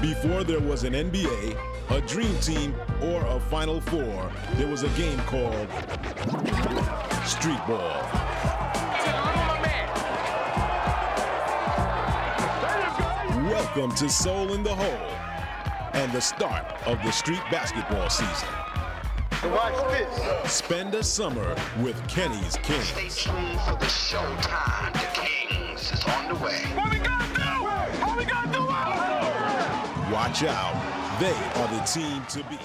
Before there was an NBA, a Dream Team, or a Final Four, there was a game called Street Ball. Welcome to Soul in the Hole and the start of the street basketball season. Watch this. Spend a summer with Kenny's King. Stay tuned for the showtime. The Kings is on the way. What we gotta do? What we gotta do? Watch out. They are the team to beat.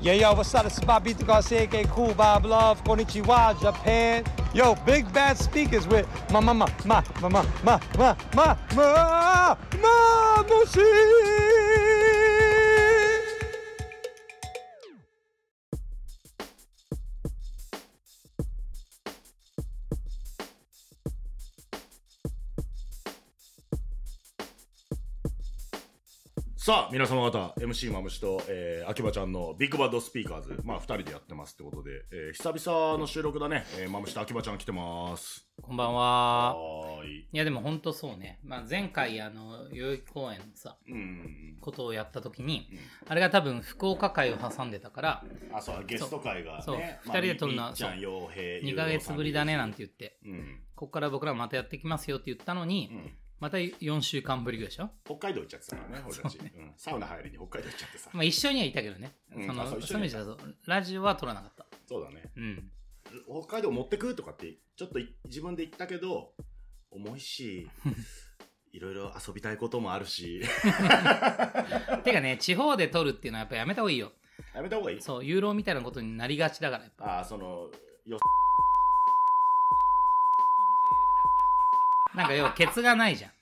Yeah, yo, what's up? This is Bobby Garcia, aka Cool Bob Love, Konichiwa, Japan. Yo, big bad speakers with ma ma ma ma ma ma ma ma ma ma ma Mushi. さあ、皆様方、MC マムシと、えー、秋葉ちゃんのビッグバッドスピーカーズ、まあ、二人でやってますってことで、えー、久々の収録だね。えー、マムシと秋葉ちゃん来てます。こんばんは。はーい。いや、でも本当そうね。まあ、前回、あの、代々木公園のさ、うん。ことをやった時に、あれが多分福岡会を挟んでたから、あ、そう、ゲスト会がね。そうまあ二人で撮るのはみっちゃん、そう洋平、 2ヶ月ぶりだねなんて言って、言うん。ここから僕らまたやってきますよって言ったのに、んまた4週間ぶりぐらいでしょ北海道行っちゃってたからね、俺たち。うん。サウナ入りに北海道行っちゃってさ。まあ、一緒にはいたけどね。うんそあの、そそうう一い緒う意に味じゃそうラジオは撮らなかった。そうだね。うん。北海道持ってくとかって、ちょっとい自分で言ったけど、重い し、いろいろ遊びたいこともあるし、てかね、地方で撮るっていうのはやっぱやめた方がいいよ。やめた方がいいそう、ユーロみたいなことになりがちだから、やっぱ。ああ、その、よ、なんか要はケツがないじゃん。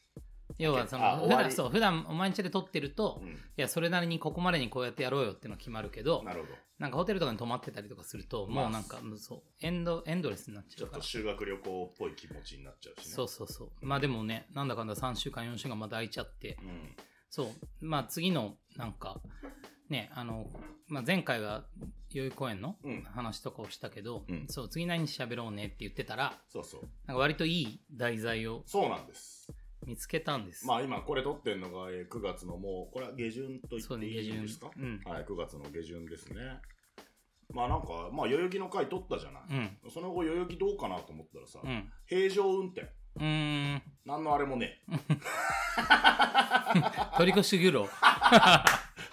要はそあの普終わり段そう普段お前ん家で撮ってると、うんいやそれなりにここまでにこうやってやろうよっての決まるけどなるほど。なんかホテルとかに泊まってたりとかすると、まあもうなんかうんそうエンドエンドレスになっちちゃょうっかとら修学旅行っぽい気持ちになっちゃうしね。そうそうそうまあでもねなんだかんだ3週間4週間また空いちゃって、うん。そうまあ次のなんかねあの、まあ、前回は代々木公園のうん話とかをしたけど、うんそう次何喋ろうねって言ってたらそうそう。なんか割といい題材をそうなんです。見つけたんです、まあ今これ撮ってんのがえー9月のもう、これは下旬と言そうってねいいんですか、下旬うはい、9月の下旬ですね。まあなんか、まあ代々木の回撮ったじゃない。うその後代々木どうかなと思ったらさ、うん平常運転。うーんなんのあれもね。取り越しユーロ。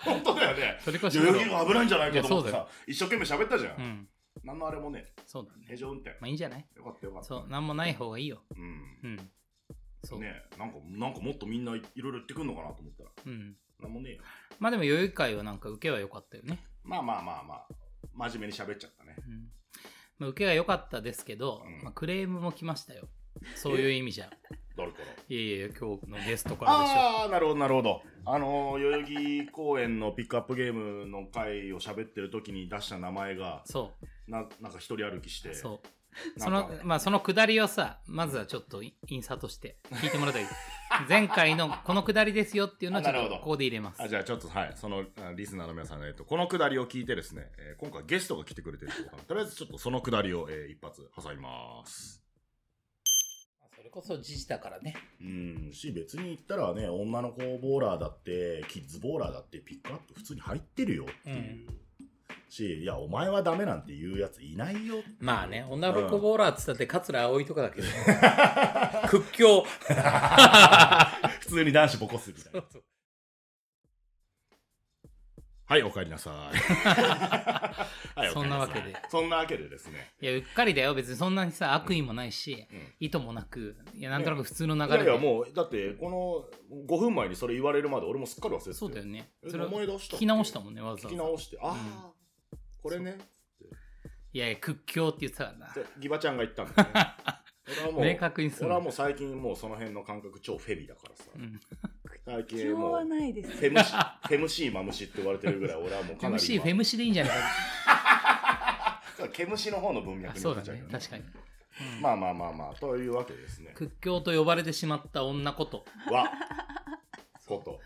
本当だよね。それこそ代々木が危ないんじゃないかと思っていやさ、一生懸命喋ったじゃ。うんん。なんのあれもね、そうだね平。常運転。まあいいんじゃないよかったよかった。そう、なんもない方がいいよ。うん。うん。そう。ねなんか、なんかもっとみんないいろいろ言ってくんのかなと思ったら、うん。なんもねえよ。まあでも、代々木会はなんか受けは良かったよね。まあまあまあまあ、真面目に喋っちゃったね。うん。まあ、受けが良かったですけど、うんまあ、クレームも来ましたよ。そういう意味じゃ。誰から。いやいや、今日のゲストからでしょ。ああ、なるほど、なるほど。あのー、代々木公園のピックアップゲームの回を喋ってる時に出した名前が、そななんか一人歩きして、う、そう。そなんかの、まあ、そのくだりをさ、まずはちょっとインサートして聞いてもらったり、 前回のこのくだりですよっていうのをちょっあなとるほどここで入れますあ。じゃあちょっとはい、そのあリスナーの皆さん、えっと、このくだりを聞いてですね、えー今回ゲストが来てくれてるってことなのでとりあえずちょっとそのくだりを、えー一発挟みます。それこそ時事だからね。うん、し、別に言ったらね、女の子ボーラーだって、キッズボーラーだって、ピックアップ普通に入ってるよっていう。し、いや、お前はダメなんて言うやついないよ。まあね、女の子ボーラーっつったって、桂葵とかだけど、屈強。 普通に男子ボコすみたいな。はい、お帰りなさ い。はい、お帰りさいそんなわけで。そんなわけでですね。いや、うっかりだよ、別にそんなにさ、悪意もないし、意図もなく、いや、なんとなく普通のい流れやいで。や、もう、だって、この5分前にそれ言われるまで俺もすっかり忘れてたそうだよね。えそれを名前出した聞き直したもんね、わざ聞わきざ。直して、ああ、これね。いやいや、屈強って言ってたからなで。ギバちゃんが言ったんだよね。俺はもう明確にする俺はもう最近もうその辺の感覚超フェビだからさ。ん最近今日もはう。ないです。フェムシ、フェムシーマムシって言われてるぐらい俺はもうかフェなムりシー、今。フェムシーでいいんじゃないか毛虫の方の文な。あ脈になそうっだちゃうけねど、確かに。まあまあまあまあ、というわけですね。屈強と呼ばれてしまった女こと、は、こと。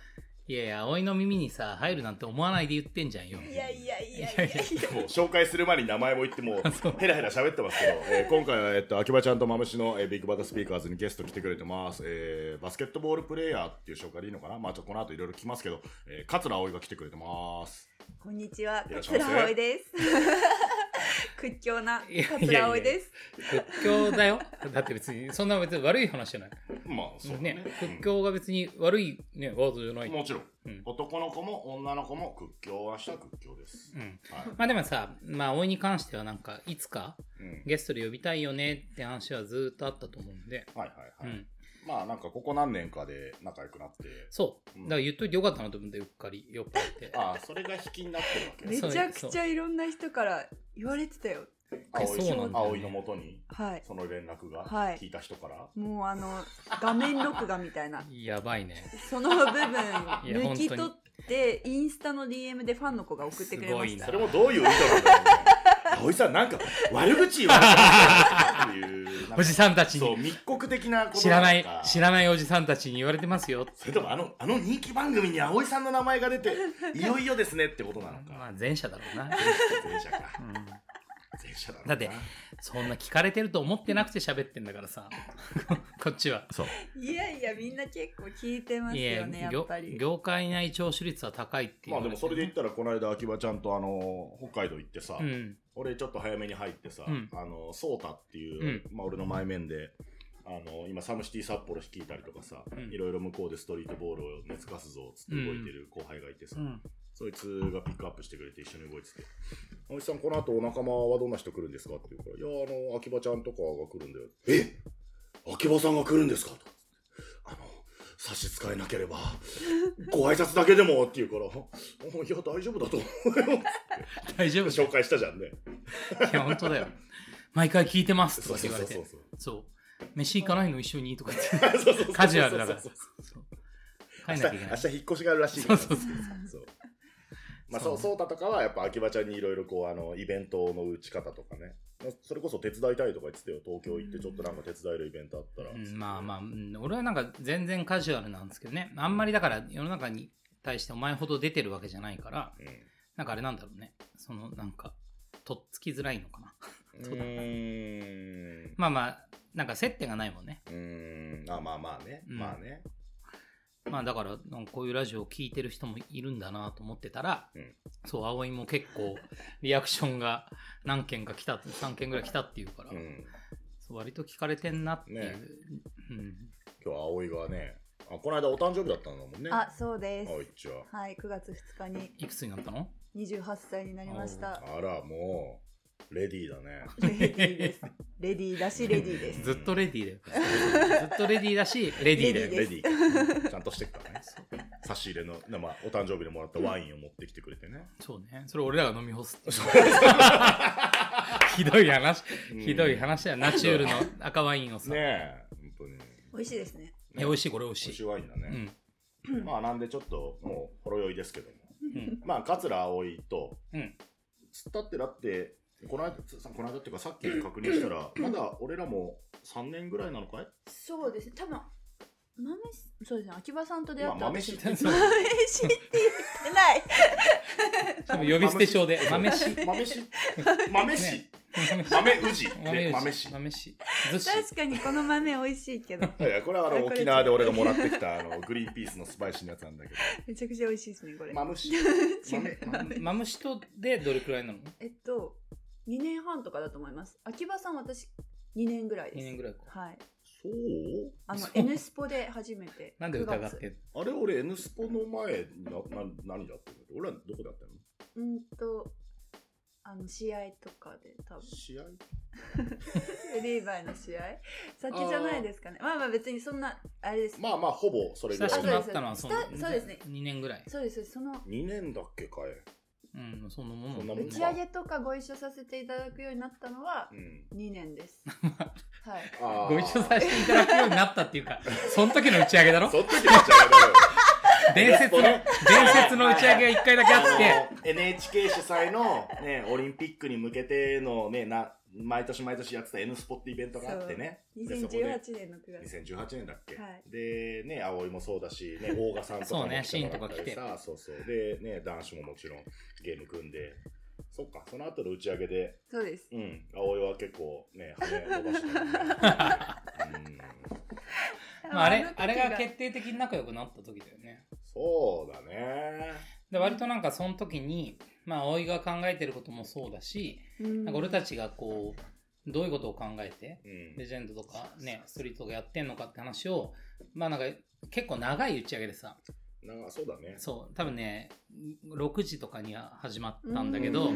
いやいや、葵の耳にさ、入るなんて思わないで言ってんじゃんよ。いやいやいやいやいやもう紹介する前に名前も言っても うヘラヘラ喋ってますけど、えー今回は、えっと、秋葉ちゃんとマムシの、えービッグバタースピーカーズにゲスト来てくれてます、えーバスケットボールプレイヤーっていう紹介でいいのかなまあちょっとこの後いろいろ聞きますけど、えー、桂葵が来てくれてますこんにちはいらっしゃいま桂せ葵です。 屈強ないやいやいや桂葵です。屈強だよ。だって別に、そんな別に悪い話じゃない。まあそうねね、屈強が別に悪い、ね、ワードじゃない。もちろん、うん男の子も女の子も屈強はした屈強です、うんはいまあでもさ、まあ、葵に関してはなんか、いつかうんゲストで呼びたいよねって話はずーっとあったと思うんで、はいはいはい、うんまあなんかここ何年かで仲良くなってそうう。んだから言っといてよかったなと思って、うっかり、酔っ払って。ああそれが引きになってるわけめそうちゃくちゃいろんな人から言われてたよ。葵そうなんだよね葵のもとにはい。その連絡がはい聞いた人から、もうあの画面録画みたいなやばい ね。その部分いや抜き取ってインスタの DM でファンの子が送ってくれましすたそれもどういう意図なんだろうね葵さんなんか悪口言われたっていうなんかおじさんたちそうに、密告的なこと知らなのいか、知らないおじさんたちに言われてますよ。それともあのあの人気番組に葵さんの名前が出 ていよいよですねってことなのまかあ、前者だろうな。前者か前者だろうなだってそんな聞かれてると思ってなくて喋ってんだか らさこっちは。そういやいやみんな結構聞いてますいよや、ねやっ業ぱり業界内聴取率は高いっていう、まあでもそれで言ったらこの間秋葉ちゃんとあの北海道行ってさ、うん俺ちょっと早めに入ってさ、うんあのソータっていう、まあ、俺の前面であの今サムシティ札幌率いたりとかさ、んいろいろ向こうでストリートボールを根付かすぞっつって動いてる後輩がいてさ、うん、そいつがピックアップしてくれて一緒に動いてて「青木さんこの後お仲間はどんな人来るんですか?」って言うから「いやあの秋葉ちゃんとかが来るんだよ」え秋葉さんが来るんですか?」と「あの差し支えなければご挨拶だけでも」って言うから「あいや大丈夫だと思うよ」大丈夫紹介したじゃんね。いや本当だよ毎回聞いてますとそうかそう言わそれうてそうそう。そう飯行かないの一緒にとか言っ てそうそうそう カジュアルだからそうそう明帰ん日なきゃいけな明い日引っ越しがあるらしいからそうそうそうまあそうそうたとかはやっぱ秋葉ちゃんにいろいろこうあのイベントの打ち方とかねそれこそ手伝いたいとか言ってたよ東京行ってちょっとなんか手伝えるイベントあったら、うんまあまあうん俺はなんか全然カジュアルなんですけどねあんまりだから世の中に対してお前ほど出てるわけじゃないからなんかあれなんだろうねそのなんかとっつきづらいのかなうんうーんまあまあなんか接点がないもんねうーんあまあまあね、うんまあねまあだからなんかこういうラジオを聞いてる人もいるんだなと思ってたら、うんそう葵も結構リアクションが何件か来たって3件ぐらい来たっていうから、うんそう割と聞かれてんなっていう、ねうん、今日葵がねあこの間お誕生日だったんだもんねあそうです葵ちははい9月2日にいくつになったの28歳になりましたあらもうレディーだねレディーですレディーだしレディーですずっとレディーだよずっとレディーだし レディーだよレディーレでディーかちゃんとしてっから ね差し入れの、ねまあ、お誕生日でもらったワインを持ってきてくれてね、そうねそれ俺らが飲み干すっていう ひどい話ひどい話だよナチュールの赤ワインをさ、ねえ本当に美味しいですねいや美味しいこれ美味し美い味しいワインだうね、んまあなんでちょっともうほろ酔いですけども、んまあ桂葵とうんつったってだってこの間つこの間っていうかさっき確認した らまだ俺らも3年ぐらいなのかいそうですね多分豆しそうですね秋葉さんと出会ったまあ豆知っ私 てんの豆しって言ってない多分呼び捨て症で豆し豆 し豆し豆し豆宇治 で豆豆しし豆し寿司確かにこの豆美味しいけどいやこれはあの沖縄で俺がもらってきたあのグリーンピースのスパイシーなやつなんだけどめちゃくちゃ美味しいですねこれマムシ 違う豆マムシとでどれくらいなの ?2 えっと2年半とかだと思います秋葉さん私2年ぐらいです年ぐらいか。はいそうあのそう N スポで初めてなんで9疑っ月てんあれ俺 N スポの前なな何だったの俺はどこだったのうんとあの試合とかで多分試合リーバイの試合先じゃないですかねまあまあ別にそんなあれですまあまあほぼそれぐ親らいしくなったのはそのそうですそうですね2年ぐらい。そうですその2年だっけかいうん、そのもそんのな打もんちか上げとかご一緒させていただくようになったのはうん2 年ですはいあーご一緒させていただくようになったっていうか、その時の打ち上げだろそっちで打ち 上げだよ伝説の、ゲ伝説の打ち上げが1回だけあって、あの NHK 主催の、ね、オリンピックに向けての、ね、な毎年毎年やってた N スポってイベントがあってね。でそこで2018年の9月。 2018年だっけ、はいで、ね、葵もそうだし、ね、大賀さんとかそうもね来てもらっシたりーンとさ、そうそうで、ね、男子ももちろんゲーム組んで、そっか、その後の打ち上げで、そうです。うん、葵は結構ね、羽伸ばしてた、ね。うん、まあ、あれの時あれが決定的に仲良くなった時だよねそうだね。で割となんかその時にまあ葵が考えてることもそうだしうんなんか俺たちがこうどういうことを考えてうんレジェンドとかねストリートとかやってんのかって話をまあなんか結構長い打ち上げでさなんかそうだね。そう多分ね6時とかには始まったんだけどう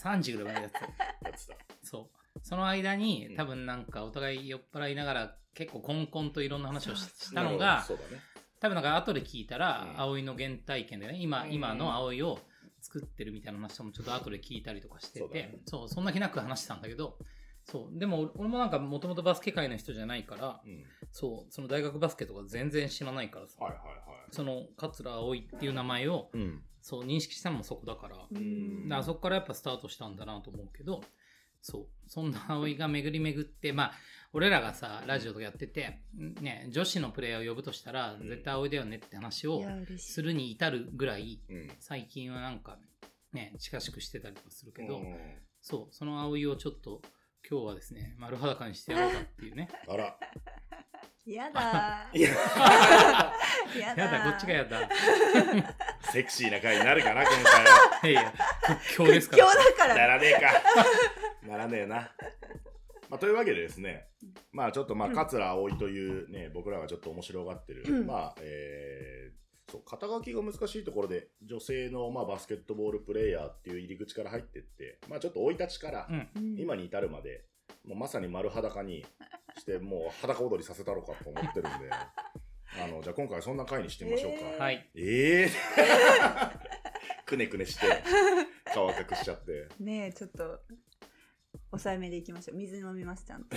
3時ぐらいまでやってたやってた。そうその間うにん多分なんかお互い酔っ払いながら結構コンコンといろんな話をししたのなるがほどそうだね。多分なんか後で聞いたら、うん葵の原体験でね今,、うん今の葵を作ってるみたいな話もちょっと後で聞いたりとかしててそそうう,、だねそんな気なく話してたんだけどそうでも俺もなんかもともとバスケ界の人じゃないからうん。そうその大学バスケとか全然知らないからさ、はいはいはい。その桂葵っていう名前をうん。そう認識したのもそこだから、ううんんだからそこからやっぱスタートしたんだなと思うけどそうそんな葵が巡り巡ってまあ俺らがさラジオとかやってて、ね、女子のプレイヤーを呼ぶとしたらん絶対葵だよねって話をいや嬉しいするに至るぐらいうん。最近はなんかね近しくしてたりとかするけど、うんそうその葵をちょっと今日はですね丸裸にしてやろうかってい うねあら。やだいや、ー。や だやだこっちがややだセクシーな回になるかな、今回は。いやいや屈強ですか今ら日だか なら。らねえ か。ならねえな。まあ、というわけでですね、まあちょっとまあ、桂葵というね、僕らがちょっと面白がってる、うんまあ、えーそう、肩書きが難しいところで、女性のまあバスケットボールプレイヤーっていう入り口から入ってって、まあちょっと生い立ちから、うんうん今に至るまで、もうまさに丸裸にして、もう裸踊りさせたろかと思 ってるんで、あの、じゃあ今回はそんな回にしてみましょうか。えーはいええ くねくねして、顔赤くしちゃって。ねえ、ちょっと。抑えめでいきましょう。水飲みます、ちゃんと。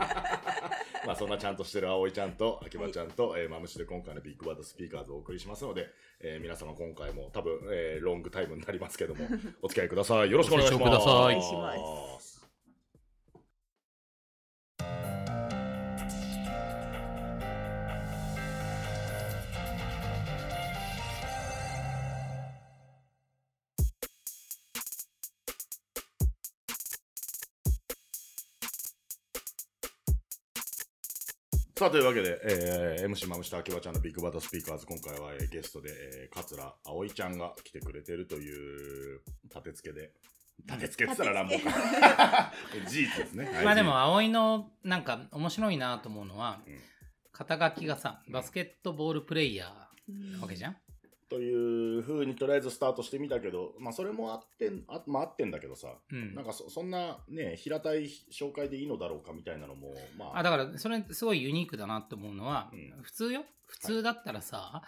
まあそんなちゃんとしてる葵ちゃんと秋葉ちゃんと、えーマムシで今回のビッグバードスピーカーズをお送りしますので、えー皆様今回も多分、えーロングタイムになりますけ ども、お付き合いください。よろしくお願いします。ご清聴くださいお願いしさあ、というわけで、えー、MC マムシと秋葉ちゃんのビッグバードスピーカーズ、今回は、えーゲストで、えー、桂葵ちゃんが来てくれてるという立て付けで、立て付けって言ったら乱暴か。事実ですね。はいまあでも、葵のなんか面白いなと思うのは、うん肩書きがさバスケットボールプレイヤーなわけじゃん、というふうにとりあえずスタートしてみたけど、まあそれもあってん、あまああってんだけどさ、うんなんかそそんなね、平たい紹介でいいのだろうかみたいなのも、まあ、あだからそれすごいユニークだなと思うのは、うん普通よ普通だったらさ、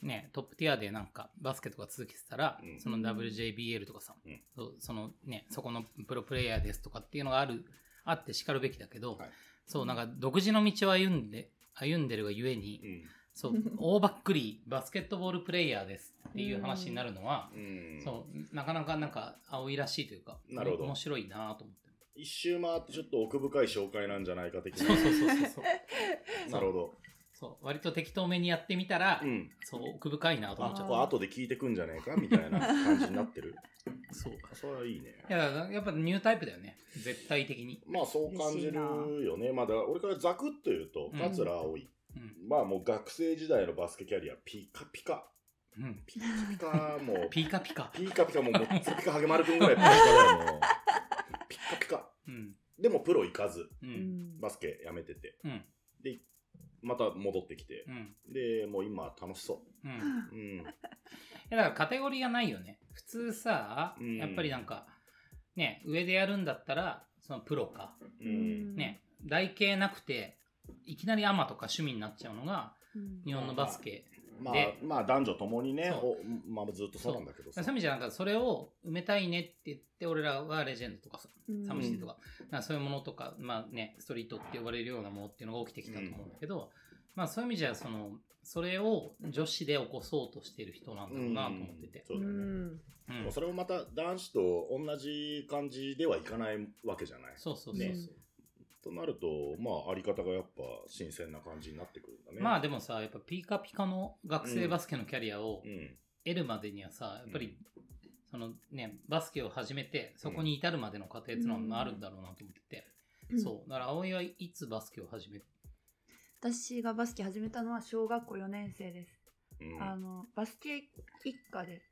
ね、トップティアでなんかバスケとか続けてたら、うんその WJBL とかさ、うんそそのね、そこのプロプレイヤーですとかっていうのがあるあってしかるべきだけど、はいそうなんか独自の道を歩んで歩んでるがゆえに、うん、そう大ばっくりバスケットボールプレイヤーですっていう話になるのは、うん、そうなかなかなんか青いらしいというかなるほど面白いなと思って一周回ってちょっと奥深い紹介なんじゃないか的そうな。そうそうそうそうなるほど。そう割と適当めにやってみたら、うん。そう奥深いなとあ思っちゃこっれた後で聞いてくんじゃねえかみたいな感じになって る。そういそれはいいね。やだからやっぱニュータイプだよね絶対的にまあそう感じるよね。まあだから俺からザクッと言うと、うん桂葵。うんまあもう学生時代のバスケキャリア、ピカピカ。うんピカピカ、もう、 ピカピカピカピカ、もう、もっつりピカ、ハゲマルくんぐらいピカピカだ よ、もう。ピカピカ。うんでもプロ行かず、ううんんバスケやめてて。うんで、また戻ってきて。うんで、もう今楽しそ。うんいううん。やだからカテゴリーがないよね普通さうんやっぱりなんかね上でやるんだったらそのプロかうん。ね、台形なくて、いきなりアマとか趣味になっちゃうのが、うん日本のバスケ。まあで、まあ男女ともにね、そおまあずっとそうなんだけどそうさ。いう意味じゃなんか、それを埋めたいねって言って、俺らはレジェンドとかさ、うんサムシティとか、なんかそういうものとか、まあね、ストリートって呼ばれるようなものっていうのが起きてきたと思うんだけど、まあそういう意味じゃ、その、それを女子で起こそうとしてる人なんだろうなと思ってて。そうだよね。うまんあ。それもまた男子と同じ感じではいかないわけじゃない。そうそうそう。ねとなると、まあ、あり方がやっぱ新鮮な感じになってくるんだね。まあでもさ、やっぱピカピカの学生バスケのキャリアをうん。得るまでにはさ、やっぱり、そのね、バスケを始めて、そこに至るまでの過程っていうのはあるんだろうなと思ってて。うんそう。だから葵はいつバスケを始め私がバスケ始めたのは小学校4年生です。うん、あの、バスケ一家で。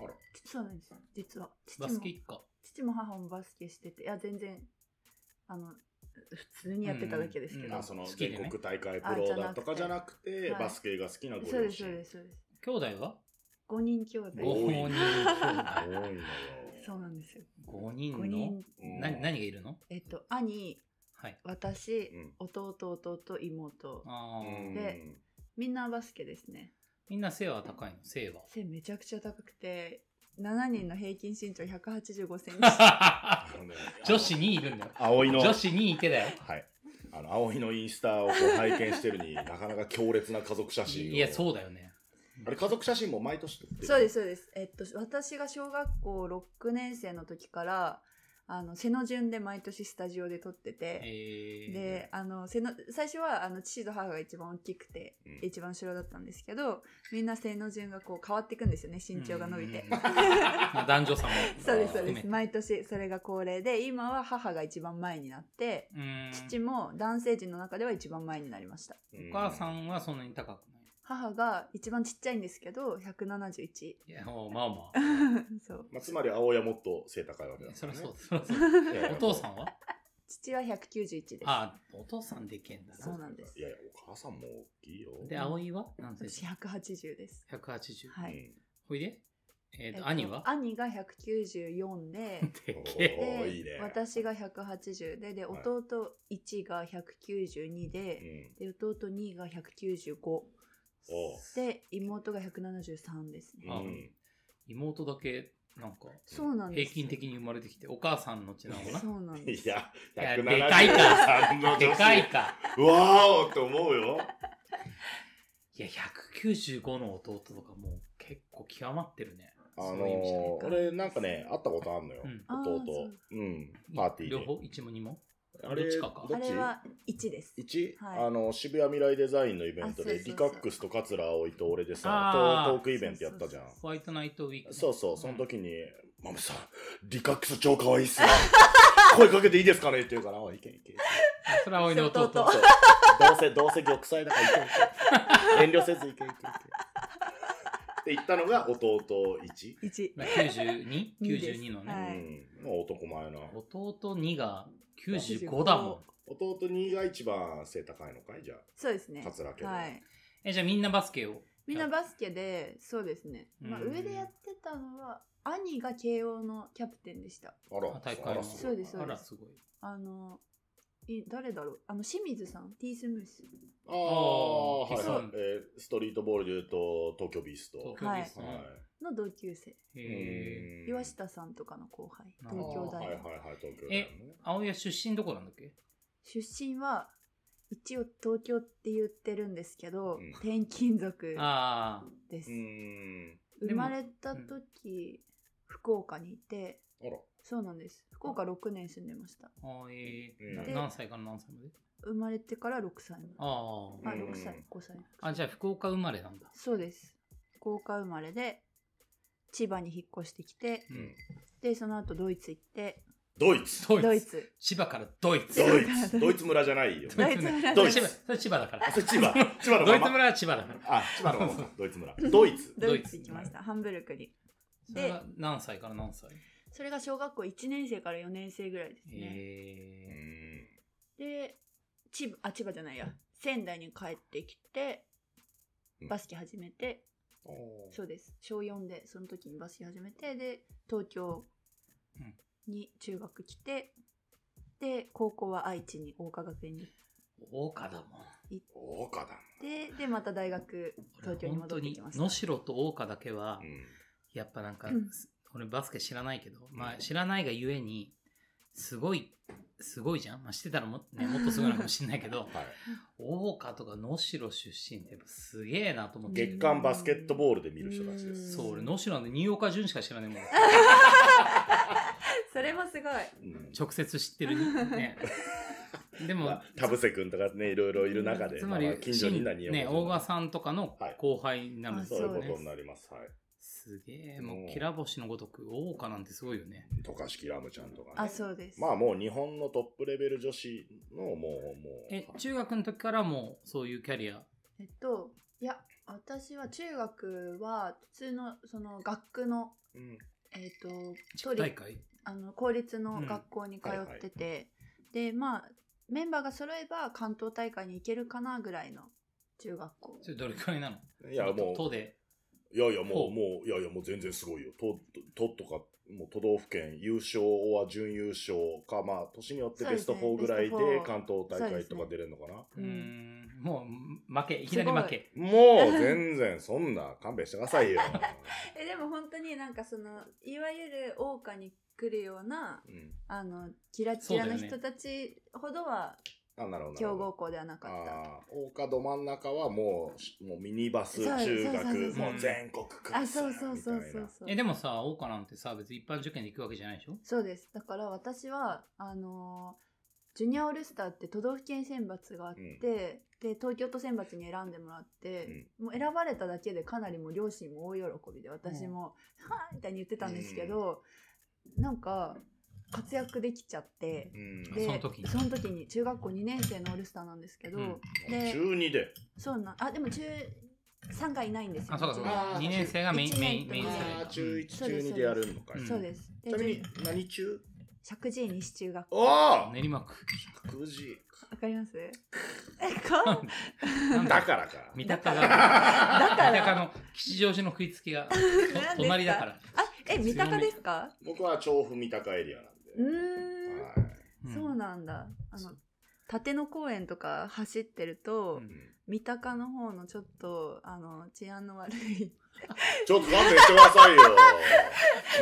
あらそうなんです、実は。父もバスケ一家。父も母もバスケしてて、いや、全然、あの、普通にやってただけですけうんど。うんあそその好きで全ね国大会プロだとかじゃなくて、はいバスケが好きなごう両です、親そうです、そうです。兄弟は5人兄弟。五人多い兄弟。のよ。そうなんですよ。 5人5の人、うん何、何がいるのえっと、兄、はい。私、うん弟、弟、妹。ああ、うんでみんなバスケですね。みんな背は高いの背は。背めちゃくちゃ高くて、7人の平均身長185セン チ。あのね女子にいるんだよ。葵の、女子にいてだよ。はい。あの、葵のインスタをこう拝見してる に、なかなか強烈な家族写真を。いや、う。そうだよね。あれ、家族写真も毎年撮ってるそうです、そうです。えっと、私が小学校6年生の時から、あの、背の順で毎年スタジオで撮ってて、えで、あの、背の、最初は、あの、父と母が一番大きくて、うん一番後ろだったんですけど、みんな背の順がこう変わっていくんですよね、身長が伸びて。うんうんうんまあ男女差も。 そうです、そ含うでめす。て毎年それが恒例で、今は母が一番前になって、うー父も男性陣の中では一番前になりました。うんん。お母さんはそんなに高くない。母が一番ちっちゃいんですけど、171。いや、もうまあま そう。まあ、つまり葵はもっと背高いわけだあ。いやかそらりねゃそうだ。そりゃそういやいだ。やお 父さんは父は191です。ああ、お父さんでけえんだそうな。なんですい。やいや、お母さんも大きいよ。で、葵は何歳私180です。 ?180。はうんい。ほいでえっえっと、と兄は兄が194で、でっけえ。おーでいいね。私が180で、で、はい弟1が192うで、ん。で、弟2が195おうで、妹が173ですね。あうん。妹だけ、なんか、そうなんで平す。均的に生まれてきて、お母さんの血なのかなそうなんでいす。や、い173やでかいかの女子でかい。か。わーおって思うよ。いや、195の弟とかもう結構極まってるね。あそのういう意味じゃないー、俺なんかね、会ったことあんのよう。んあー弟そう。うん。パーティーで。両方 ?1 も2もあれどっちかかどあっれちは1です。一はいあの、渋谷未来デザインのイベントあそうそうで、そうリカックスと桂葵と俺でさ、あートートークイベントやったじゃん。ホワイトナイトウィーク。そうそう、その時に、マムさん、リカックス超可愛いっ すね。声かけていいですかねって言うから、あいけいけ。それは葵の弟。弟そうどうせ、どうせ玉砕だからいけいけ。遠慮せずいけいけいけ。って言ったのが弟1。 1。まあ 92?92 いいですのね。はういん。もう男前な。弟2が95だもん。弟2が一番背高いのかいじゃそうですね。桂家ではい。え、じゃあみんなバスケを。みんなバスケで、そうですね。まあ、うん上でやってたのは、兄が慶応のキャプテンでした。あ。あら、あ大あ会の。らすごいですそうあですら、すごい。あの、い誰だろうあの、清水さん ?T スムース。ああ、はいそはうい、えーストリートボールで言うと、東京ビースト。東京ですはいね。。の同級生。へうん岩下さんとかの後輩。あー東京大はいはい学。はい、東京大学ね。ー葵は出身どこなんだっけ出身は、一応東京って言ってるんですけど、うん転勤族あですう。ん。生まれた時、福岡にいて、あら。そうなんです。福岡6年住んでました。あ。ああ、えーうんな何歳から何歳まで生まれてから6歳まで。ああ、うん6歳、5歳。あ。あ、じゃあ福岡生まれなんだ。そうです。福岡生まれで、千葉に引っ越してきて、うんで、その後ドイツ行って、ドイツ。ドイツ。ドイツ。千葉からドイツ。 ドイツ。ドイツ村じゃないよ。ドイツ村ドドイイツツ。それ千葉だからあ、。それ千 葉。千葉のドまイツま。村は千葉だから。あ、千葉のままか。ドイツ村。ドイツ。ドイツ行きました。ハンブルクに。それが何歳から何歳それが小学校1年生から4年生ぐらいですね。うえん。で、千葉、あ、千葉じゃないや。仙台に帰ってきてうん、バスケ始めて、そうです。小4で、その時にバスケ始めて、で、東京うんに中学来て、で、高校は愛知に、桜花学園にー、大岡だもん。大岡だで、で、また大学、東京に戻ってきま俺本し当た。に能代と大岡だけはもん。うん。やっぱなんか、うん俺バスケ知らないけど、まあ知らないがゆえにすごいすごいじゃん、まあ、してたらも,、 ね、もっとすごいのかもしれないけどはい、大岡とか能代出身ってやっぱすげえなと思って月刊バスケットボールで見る人たちでうんす。そう俺能代なんで新岡潤しか知らないもんそれもすごい。うん直接知ってる ねでも、まあ田臥君とかね、いろいろいる中で、つままありまあ近所に何を。ね大川さんとかの後輩になるんでそすうよいうね、ことになります。はい。すげえもうきらぼしのごとく大岡なんてすごいよね渡嘉敷ラムちゃんとかね。あ、そうです。まあもう日本のトップレベル女子のもう、もう。え中学の時からもうそういうキャリアえっと、いや、私は中学は普通のその学区の、うんえっと、地都区大立会あの公立のうん学校に通はいはいってて、で、まあ、メンバーが揃えば関東大会に行けるかなぐらいの中学校。それどれくらいなのいやもう都でいやいや、もほう、うもう、いやいや、もう全然すごいよ。都、都とか、もう都道府県優勝は準優勝か、まあ、年によってベストそ4うでぐすねらいでベスト4関東大会とそかうで出すねれるのかな。ううんんもう負けいきなり負けもう、全然、そんな、勘弁してくださいよ。 えでも本当になんかそのいわゆる桜花に来るようなうん。あのキラキラのそうだよね人たちほどはあ、なるほど。強豪校ではなかあった。あー、大岡ど真ん中はもうし、もうミニバス、そうそ中うそうそう学、そうもう全国区。あそうそうそうそうそうえでもさ大岡なんてさ別に一般受験で行くわけじゃないでしょそうですだから私はあのージュニアオールスターって都道府県選抜があって、うんで東京都選抜に選んでもらって、もう選ばれただけでかなりもう両親も大喜びで私も「はーみたいに言ってたんですけど、なんか活躍できちゃってう、ん。でその時にその時に中学校2年生のオールスターなんですけど、うんで中二で。そうなんあでも中3がいないんですよ、あそうかそうかあー2年生がメインメイン一メイ年ンと世かああ、代中一そうで中す二でやるのかい。うんそうですちでなみに、何中石神井西中学校ああ練 馬区 !9 時。わかりますえこうなんだだからか。三鷹がだか三ら鷹の吉祥寺の食いつき がですか隣だからあ、え、三鷹ですか僕は調布三鷹エリアなんで。うーん、はうんそうなんだ。あその、立野公園とか走ってると、うん三鷹の方のちょっと、あの、治安の悪い。 い。ちょっと勘弁してくだ さいよ。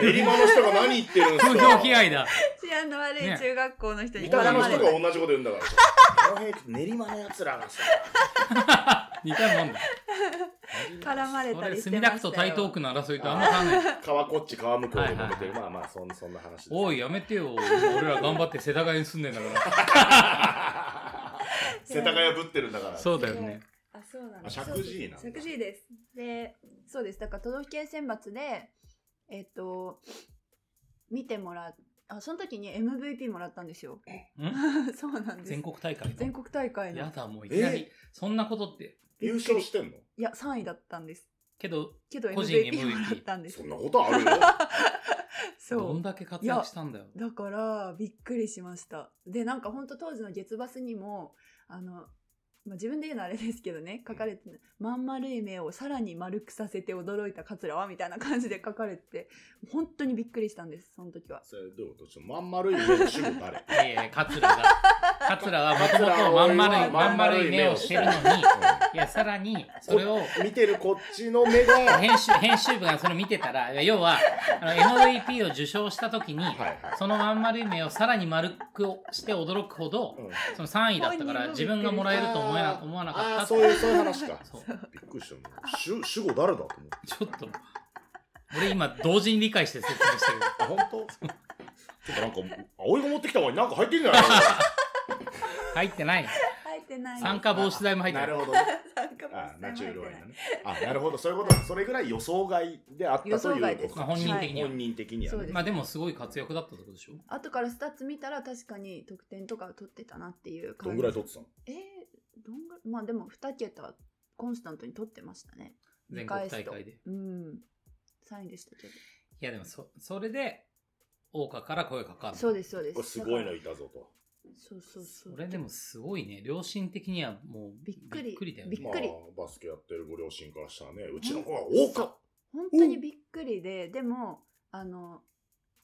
練馬の人が何言ってるんです風か評被害だ治安の悪いね中学校の人に三絡鷹のまれ人た。が同じこと言うんだから。この辺練馬の奴らがさ。似たもんだ絡まれそたれりしてま墨した田よ。区と台東区の争いとあんま変わんな い川こっち川向こうで揉めてる。はいまあまあ、そんそんな話です。 おい、やめてよ。俺ら頑張って世田谷に住んでんだか。世田谷ぶってるんだから ら。そうだよね。あ、そうなんあだ。石そうそう神井なんだ石神井です。で、そうです。だから都道府県選抜で、えっと、見てもらっあその時に MVP もらったんですよ。 そうなんです。全国大会の。全国大会のやだ、もういきなり。そんなことって。優勝してんのいや、3位だったんです。けど、けど個人 MVP も MVP らったんですそ。んなことある よ。そどんう。だけ活躍したんだよ。だから、びっくりしました。で、なんか本当当時の月バスにも、あの、まあ、自分で言うのはあれですけどね、書かれて、まん丸い目をさらに丸くさせて驚いた桂は、みたいな感じで書かれて、本当にびっくくりしたんです、その時は。それどういうことちょっとまん丸い目の主語誰いやいや、桂が。桂はもともとまん丸い、まん丸い目をしてるのに、いや、さらに、それを、見てるこっちの目 が。編集、編集部がそれ見てたら、いや要は、あの MVP を受賞した時に、はいはいそのまん丸い目をさらに丸くして驚くほど、うん その3位だったから本人もびっくり自分がもらえると思えな思わなかったあーってそういうそういう話か そうびっくりしたもう主主語誰だと思ってちょっと俺今同時に理解して説明してるあ 本当ちょっとなんか葵が持ってきた方になんか入ってんじゃない 入ってない入ってな い。参加防止剤も入ってなないるほどね参加あ 防ナ止チュー剤ルもワイ入っンてだないねあなるほどそういうことそれぐらい予想外であったということ予想外ですまあ本人的には本人的にはそうですまあでもすごい活躍だったってことでしょ後からスタッツ見たら確かに得点とか取ってたなっていう感じ。どんぐらい取ってたのえー、どんぐらいまあでも2桁コンスタントに取ってましたね全国大会でいうん3位でしたけどやでもそそれで桜花から声かかるそうですそうでこれすすごいのだかいたぞとらそうそうそうそれでもすごいね良心的にはもうびっくりだよびねっまくりあバスケやってるご両親からしたらねうちの子は多か本当にびっくりででもあの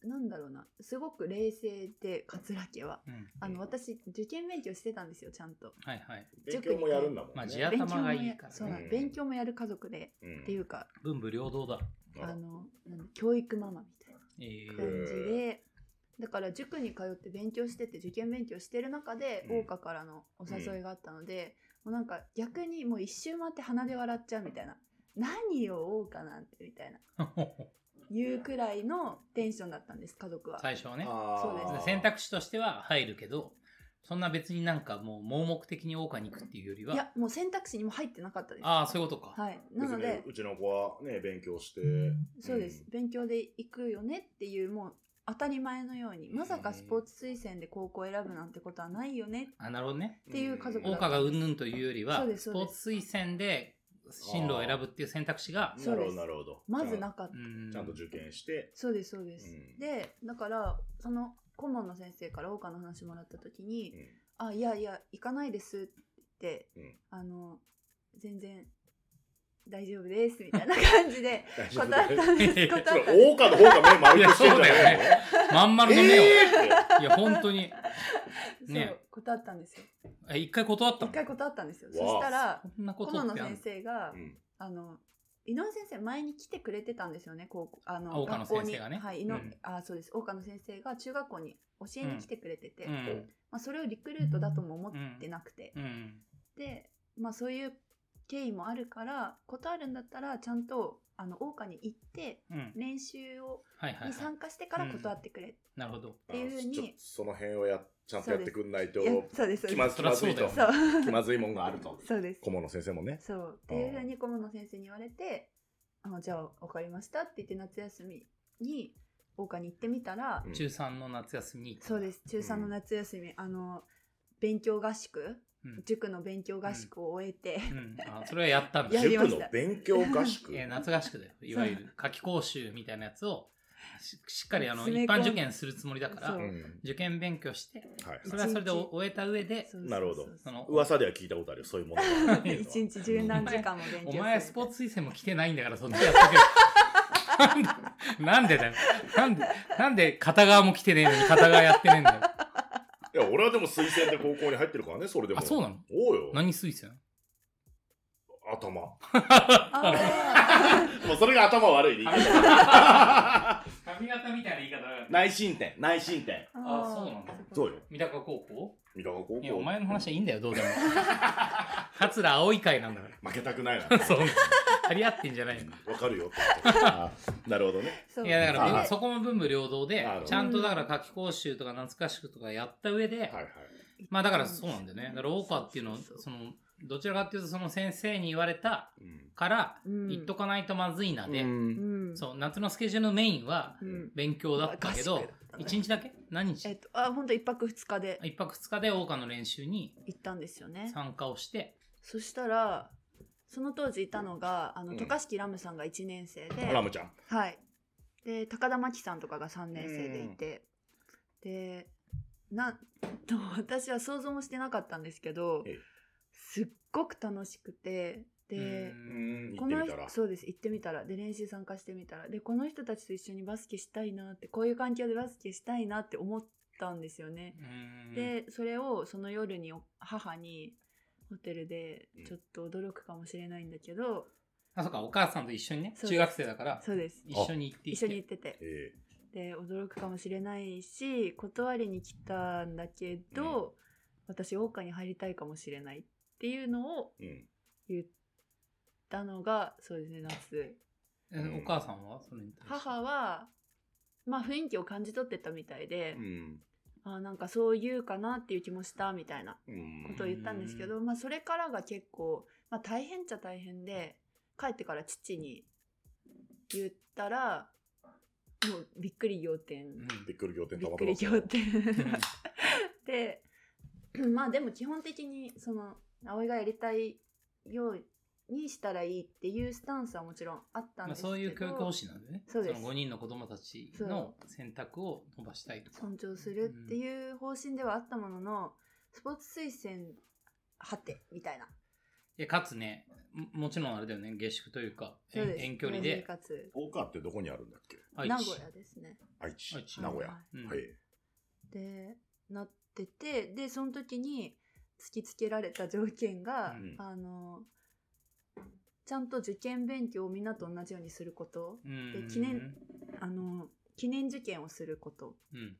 なんだろうなすごく冷静で桂家はうんあの私受験勉強してたんですよちゃんとはいはい勉強もやるんだもんねまあ地勉強頭もがやいいからそうねなの勉強もやる家族でうんっていうか文武両道だあらあのなんだ教育ママみたいなえー感じで、だから塾に通って勉強してて受験勉強してる中でうん桜花からのお誘いがあったので、もうなんか逆にもう一周回って鼻で笑っちゃうみたいな何を桜花なんてみたいないうくらいのテンションだったんです家族 は、最初はね。そうで選択肢としては入るけど、そんな別になんかもう盲目的に桜花に行くっていうよりいは、やもう選択肢にも入ってなかったですああ、そういうことか。はいなのでうちの子はね勉強してそうです、勉強で行くよねっていうもう当たり前のようにまさかスポーツ推薦で高校選ぶなんてことはないよねあ、なるほどね。っていう家族桜花がうんぬんというよりはそう、ですスそうポーですツ推薦で進路を選ぶっていう選択肢が、なるほどなるほどまずなかったうんちゃんと受験してそうですそうです、うんでだからその顧問の先生から桜花の話もらった時にうん「あいやいや行かないです」って言って、あの全然大丈夫ですみたいな感 じで大丈断夫ったんですそ断れった んです大岡の方が目丸くしてんじゃいやそうだよないのまん丸の目を。いや、本当に。ねそう断ったんですよえ、一回断った一の回断ったんですよそわあしたらこんなこ顧と問っのてあんの先生が、うんあの井上先生前に来てくれてたんですよね高校ああの岡野学校に先生がねはい井上うんあそうです岡野先生が中学校に教えに来てくれてて、うんまあ、それをリクルートだとも思ってなくて、うん。で、まあ、そういう経緯もあるから断るんだったらちゃんとあの桜花に行ってうん。練習をはいはい、にはい。参加してから断ってくれ、なるほど。っていうふうにちょっとその辺をやちゃんとやってくんないといやそうです気そうでますず気まずいとそそう気まずいもんがあるとそうです顧問の先生もねそうっていうふうに顧問の先生に言われて「あのじゃあ分かりました」って言って夏休みに桜花に行ってみたら、うん中3の夏休みに。そうです中3の夏休み、あの勉強合宿、うん塾の勉強合宿を終えて、うん。あ、それはやったんだ。や塾りましたの勉強合宿えー夏合宿だよ。いわゆる夏期講習みたいなやつを、ししっかりあの、詰め一込般ん受験するつもりだかそらう、うん受験勉強して、はいそれはそれで一日終えた上で、そうそうそうなるほどその、噂では聞いたことあるよそういうものが一日十何時間も勉強お前スポーツツ推薦も来てないんだからそっちやっとけよ。なんで だよ。なんで、なんで片側も来てねえのに片側やってねえんだよ。いや俺はでも推薦で高校に入ってるからねそれでもあ、そうなのおうよ何推薦頭もあうそれが頭悪いでいいけど髪型みたいな言い方だよ内申点内申点ーあそうなんだそうよ三鷹高校三鷹高校いや、お前の話はいいんだよ、どうでも。 桂葵会なんだか負けたくない なら。そう。張り合ってんじゃないよ。わかるよって言 ってあなるほどねそういや、だかあらーそこも文武両道でなるほ、どちゃんとだから夏期講習とか夏合宿とかやった上ではい、はいまあだからそうなんだよね。だから、オーカーっていうのは、その、どちらかっていうと、その先生に言われたうんから、うん言っとかないとまずいなで、うんそう、夏のスケジュールのメインはうん勉強だったけ合ど宿だった、ね一日だけ何え日っとあ本当一泊二日で一泊二日で桜花の練習に行ったんですよね参加をして、そしたらその当時いたのがあのうん渡嘉敷ラムさんが1年生で、ラムちゃんはいで高田真希さんとかが3年生でいて、でなんと私は想像もしてなかったんですけどええすっごく楽しくてで、うん行ってみたらこの人そうです行ってみたらで練習参加してみたらでこの人たちと一緒にバスケしたいなってこういう環境でバスケしたいなって思ったんですよね、うんでそれをその夜にお母にホテルでちょっと驚くかもしれないんだけど、あ、そうか、お母さんと一緒にね、そうです中学生だから、そうです一緒に行って一き緒に行てっ、ててえで驚くかもしれないし断りに来たんだけど、私桜花に入りたいかもしれないっていうのをえうん言ったのがそうですね夏えお母さんはそれに対して。母はまあ雰囲気を感じ取ってたみたいでう、んあなんかそう言うかなっていう気もしたみたいなうんことを言ったんですけど、まあ、それからが結構、まあ、大変っちゃ大変で帰ってから父に言ったらもうびっくり仰天、うんびっくり仰天びたっまくたり仰うん天でまあでも基本的にその葵がやりたいようにしたらいいっていうスタンスはもちろんあったまんあですけど、そういう教育方針なんでね。そうですの5人の子供たちの選択を伸ばしたいとか。尊重するっていう方針ではあったものの、スポーツ推薦はてみたいなで、かつね、ももちろんあれだよね、下宿というか、えそうです遠距離同時で、かつ大川ってどこにあるんだっけ愛知名古屋ですね愛知愛知名古屋ははいうんいでなっててでその時に突きつけられた条件が、うんあのちゃんと受験勉強をみんなと同じようにすることうんで記念あの記念受験をすることうん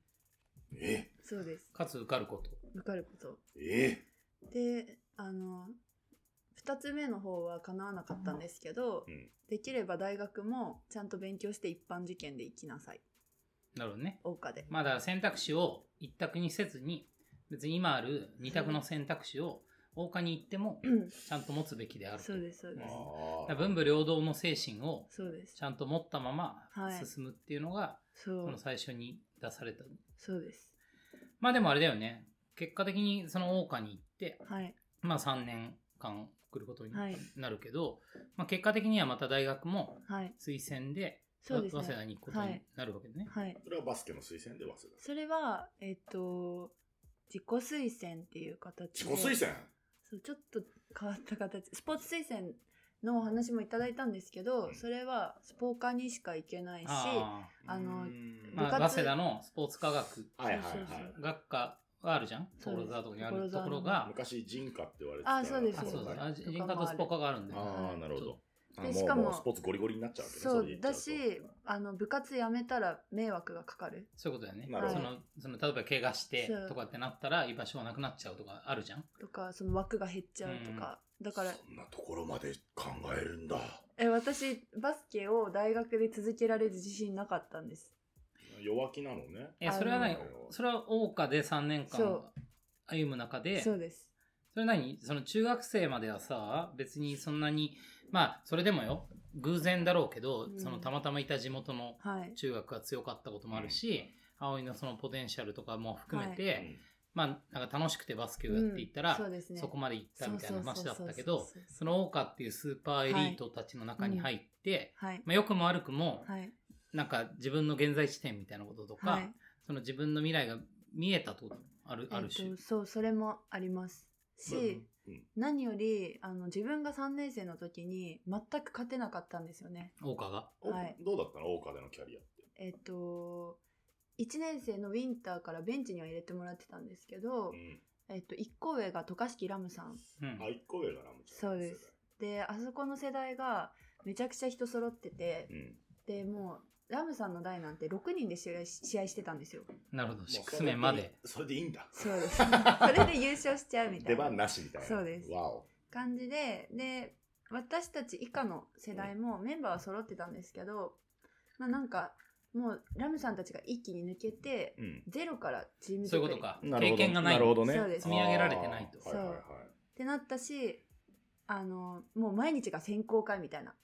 えそうですかつ受かること。受かることえであの2つ目の方は叶わなかったんですけど、うんできれば大学もちゃんと勉強して一般受験で行きなさいなるほどね。桜花でまあだから選択肢を一択にせずに、別に今ある二択の選択肢を、大化に行っても、うんちゃんと持つべきであると。そうですそうであすだからあ文武両道の精神を、そうですちゃんと持ったままはい進むっていうのが、そそうの最初に出された。そうですまあでもあれだよね。結果的にその大化に行って、はいまあ3年間送ることにはいなるけど、まあ結果的にはまた大学もはい推薦で、そうです早稲ね田に行くことになるわけだね。はいそれはバスケの推薦で早稲田それはえっ、と自己推薦っていう形自で己推薦そうちょっと変わった形スポーツ推薦のお話もいただいたんですけど、それはスポーカーにしか行けないしああのうんあ。ま部あ活早稲田のスポーツ科学はいはいはいそうそうそう学科があるじゃん。そうです所沢とかにある所と沢このろが、昔人科って言われてあそうですあ、そうだ。ああ人科とスポ科があるんだよ。あーなるほどあでもうしかももうスポーツゴリゴリになっちゃうわけねそうれで言っちゃだとしあの部活辞めたら迷惑がかかるそういうことだよね。なるほそどの、その、例えば怪我してそうとかってなったら居場所がなくなっちゃうとかあるじゃん。とかその枠が減っちゃうとか、だからそんなところまで考えるんだえ私バスケを大学で続けられる自信なかったんです弱気なのねえ、それは何あのそれは桜花で3年そ間う歩む中で、そうですそれ何その中学生まではさ、別にそんなに、まあ、それでもよ、偶然だろうけど、うんそのたまたまいた地元のはい中学が強かったこともあるし、葵のそのポテンシャルとかも含めて、うんまあ、なんか楽しくてバスケをやっていったら、うんそうですねそこまで行ったみたいな話だったけどそうそうそうそうそう、その桜花っていうスーパーエリートたちの中に入って、はいまあ、良くも悪くも、はいなんか自分の現在地点みたいなこととか、はいその自分の未来が見えたってことある、あるえっしと、。そうそれもありますし、うんうん何よりあの自分が3年生の時に全く勝てなかったんですよね桜花が。おはいどうだったの大川でのキャリアってえっと1年生のウィンターからベンチには入れてもらってたんですけど、うんえっと、1個上が渡嘉敷ラムさんうんあ一個上がラムちゃんそうですであそこの世代がめちゃくちゃ人揃ってて世代うんでもうラムさんの代なんて6人で試合し試合してたんですよなるほど、シもッうクスメンまで。それでいいんだ そうですそれで優勝しちゃうみた出いな番なしみたいなそうですわお感じでで私たち以下の世代もメンバーは揃ってたんですけど、まあなんかもうラムさんたちが一気に抜けてうんゼロからチームそういう作ことか。りなる経ほど験がない。るほどねそうです積み上げられてないとあーはいはいはいってなったしあのもう毎日が選考会みたいな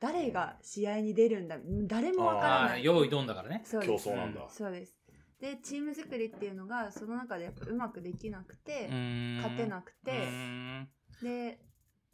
誰が試合に出るんだ誰もわからあなあ、い用意どんだからね。そう競です争なんだそうですでチーム作りっていうのがその中でやっぱうまくできなくうて、ーん勝てなくうてー、んで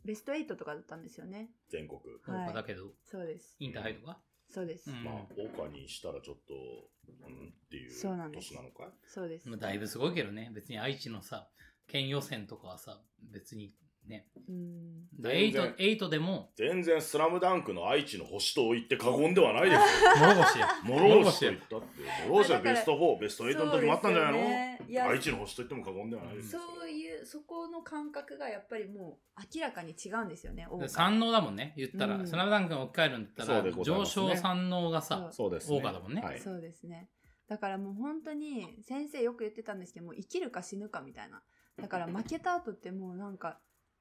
ベスト8とかだったんですよね全国はい桜花だけど、そうですインターハイとか。そうです、うんまあ大川にしたらちょっとうんっていうそうなんです年なのかいそうです、まあだいぶすごいけどね。別に愛知のさ、県予選とかはさ、別にね。うんだエイト全然、エイトでも、全然スラムダンクの愛知の星と言って過言ではないですよ諸星 や。諸星と言ったって、諸星はだからベスト4、ベスト8の時もあったんじゃないの、そうですよねいや愛知の星と言っても過言ではないですよそういうそこの感覚がやっぱりもう明らかに違うんですよねで三能だもんね、言ったら。うんスラムダンクが置き換えるんだったそら、うでござい上ますね昇三能がさ、そうで大川だもんねはい。そうですね。だからもう本当に先生よく言ってたんですけど、もう生きるか死ぬかみたいな。だから負けた後ってもうなんか、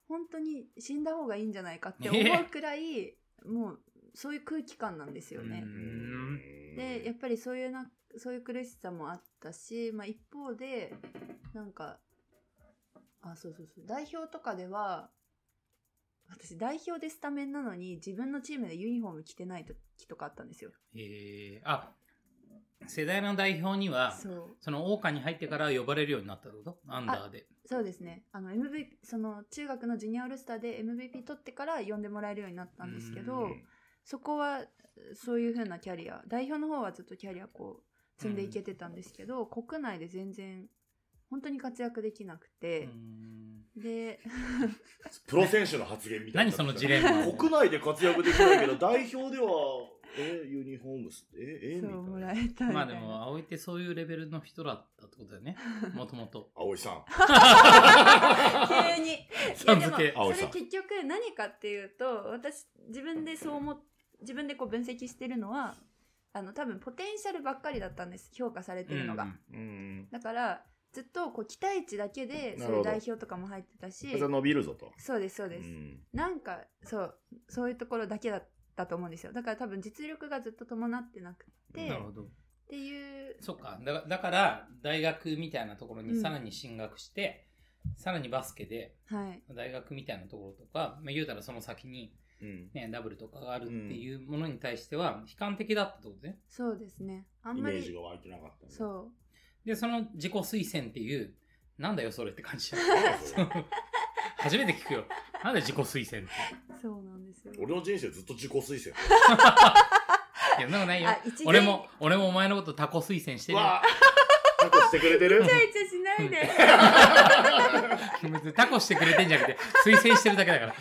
本当に死んだ方がいいんじゃないかって思うくらい、もうそういう空気感なんですよねう。んんで、やっぱりそういうな、そういう苦しさもあったし、まあ一方で、なんか、あ、そうそうそう、代表とかでは、私代表でスタメンなのに自分のチームでユニフォーム着てない時とかあったんですよ。えー、あ、世代の代表には、そう。その桜花に入ってから呼ばれるようになったってことアンダーで。そうですね。あの MVP その中学のジュニアオールスターで MVP 取ってから呼んでもらえるようになったんですけうど、そこはそういう風なキャリア、代表の方はずっとキャリアこう積んでいけてたんですけど、国内で全然本当に活躍できなくうーて、んで、プロ選手の発言みたいな。何そのジレン マ国内で活躍できないけど、代表では、え、ユニフォームす、え、え、そうみもたらいな。えたみたいな。まあでも、葵ってそういうレベルの人だったってことだよ ね。もともと。葵さん。急に。いさやん付でもそけれ。青井さん結局何かっていうと私自分でそう思っ自分でこう分析してるのはあの多分ポテンシャルばっかりだったんです評価されてるのが、うんうん。だからずっとこう期待値だけでなるそういほうど代表とかも入ってたしじゃあ伸びるぞと。そうですそううです、ん。なんかそうそういうところだけだったと思うんですよだから多分実力がずっと伴ってなくて、なるっほど。ていうそっか。だだから、大学みたいなところうにんさらに進学して、さらにバスケで、はい大学みたいなところとか、まあ、言うたらその先に、うん。ね、ダブルとかがあるっていうものに対しては、悲観的だったってことね。そうですねあんイまメージりが湧いてなかったんだ。そうで、その自己推薦っていう、なんだよそれって感じじゃんそ れ初めて聞くよ。なんで自己推薦って。そうなんですよ俺の人生ずっと自己推 薦。いや、そんなことないよあ。一概俺も、俺もお前のことタコ推薦してうるよ。わあ。タコしてくれてる イチャイチャしないで別にタコしてくれてんじゃなくて、推薦してるだけだから。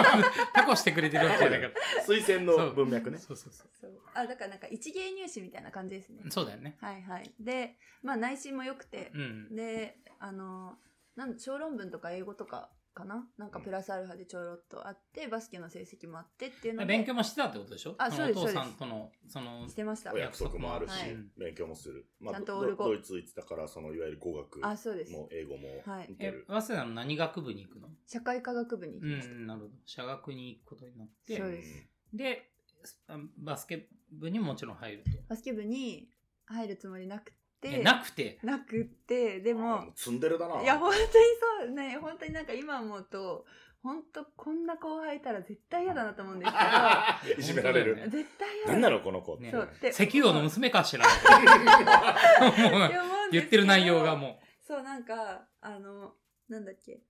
タコしてくれてるわけじゃないから。推薦の文脈ね。そうそうそう。 そうあだからなんか一芸入試みたいな感じですねそうだよね。はいはいでまあ内心も良くてう、ん。であのなん小論文とか英語とかかななんかプラスアルファでちょろっとあってバスケの成績もあってっていうので勉強もしてたってことでしょあのそうですお父さんとの、そのし、てましたお約束もあるし、はい勉強もする。まちゃんとドオルゴドイツ行ってたから、そのいわゆる語学あそうですも英語もはい似てえる、。早稲田の何学部に行くの社会科学部に行うきました、ん、なるほど。社学に行くことになっそて、うですで、あバスケ部にももちろん入ると。バスケ部に入るつもりなくてえなくて、なくってであも積んでるだな。いや本当にそうね本当になんか今思うと本当こんな後輩いたら絶対嫌だなと思うん ですけ いじめられ本当だよる。ど絶対な嫌んだなのこの子。ねそうって石油王の娘かし ら。もうって思うんですけど言ってる内容がもそうなんかあのなんだっけ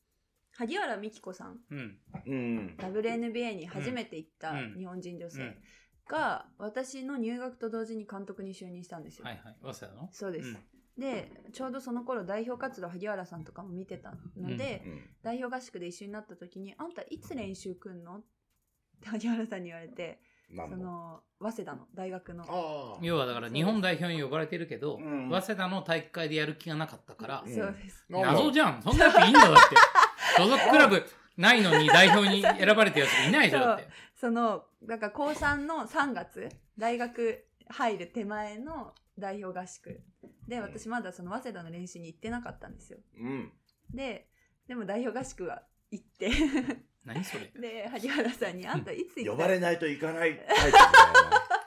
萩原美希子さんう。うん。うん。 WNBA に初めて行ったうん日本人女うん。は性が私の入学と同時に監督に就任したんですよ、いはい。早稲田のそうです、でちょうどその頃代表活動萩原さんとかも見てたので、うん代表合宿で一緒になった時に「あんたいつ練習来んの?」って萩原さんに言われてなそんも。の早稲田の大学のああ。要はだから日本代表に呼ばれてるけど、うん早稲田の大会でやる気がなかったから、んそうです、なんだ謎じゃんそんなやついいんだだって 所属クラブないのに代表に選ばれてるやついないじゃんだってそのなんか高3の3月大学入る手前の代表合宿でうん私まだその早稲田の練習に行ってなかったんですようん。ででも代表合宿は行って 何それで萩原さんに「あんたいつ行呼ったばのれないといかないタイプみ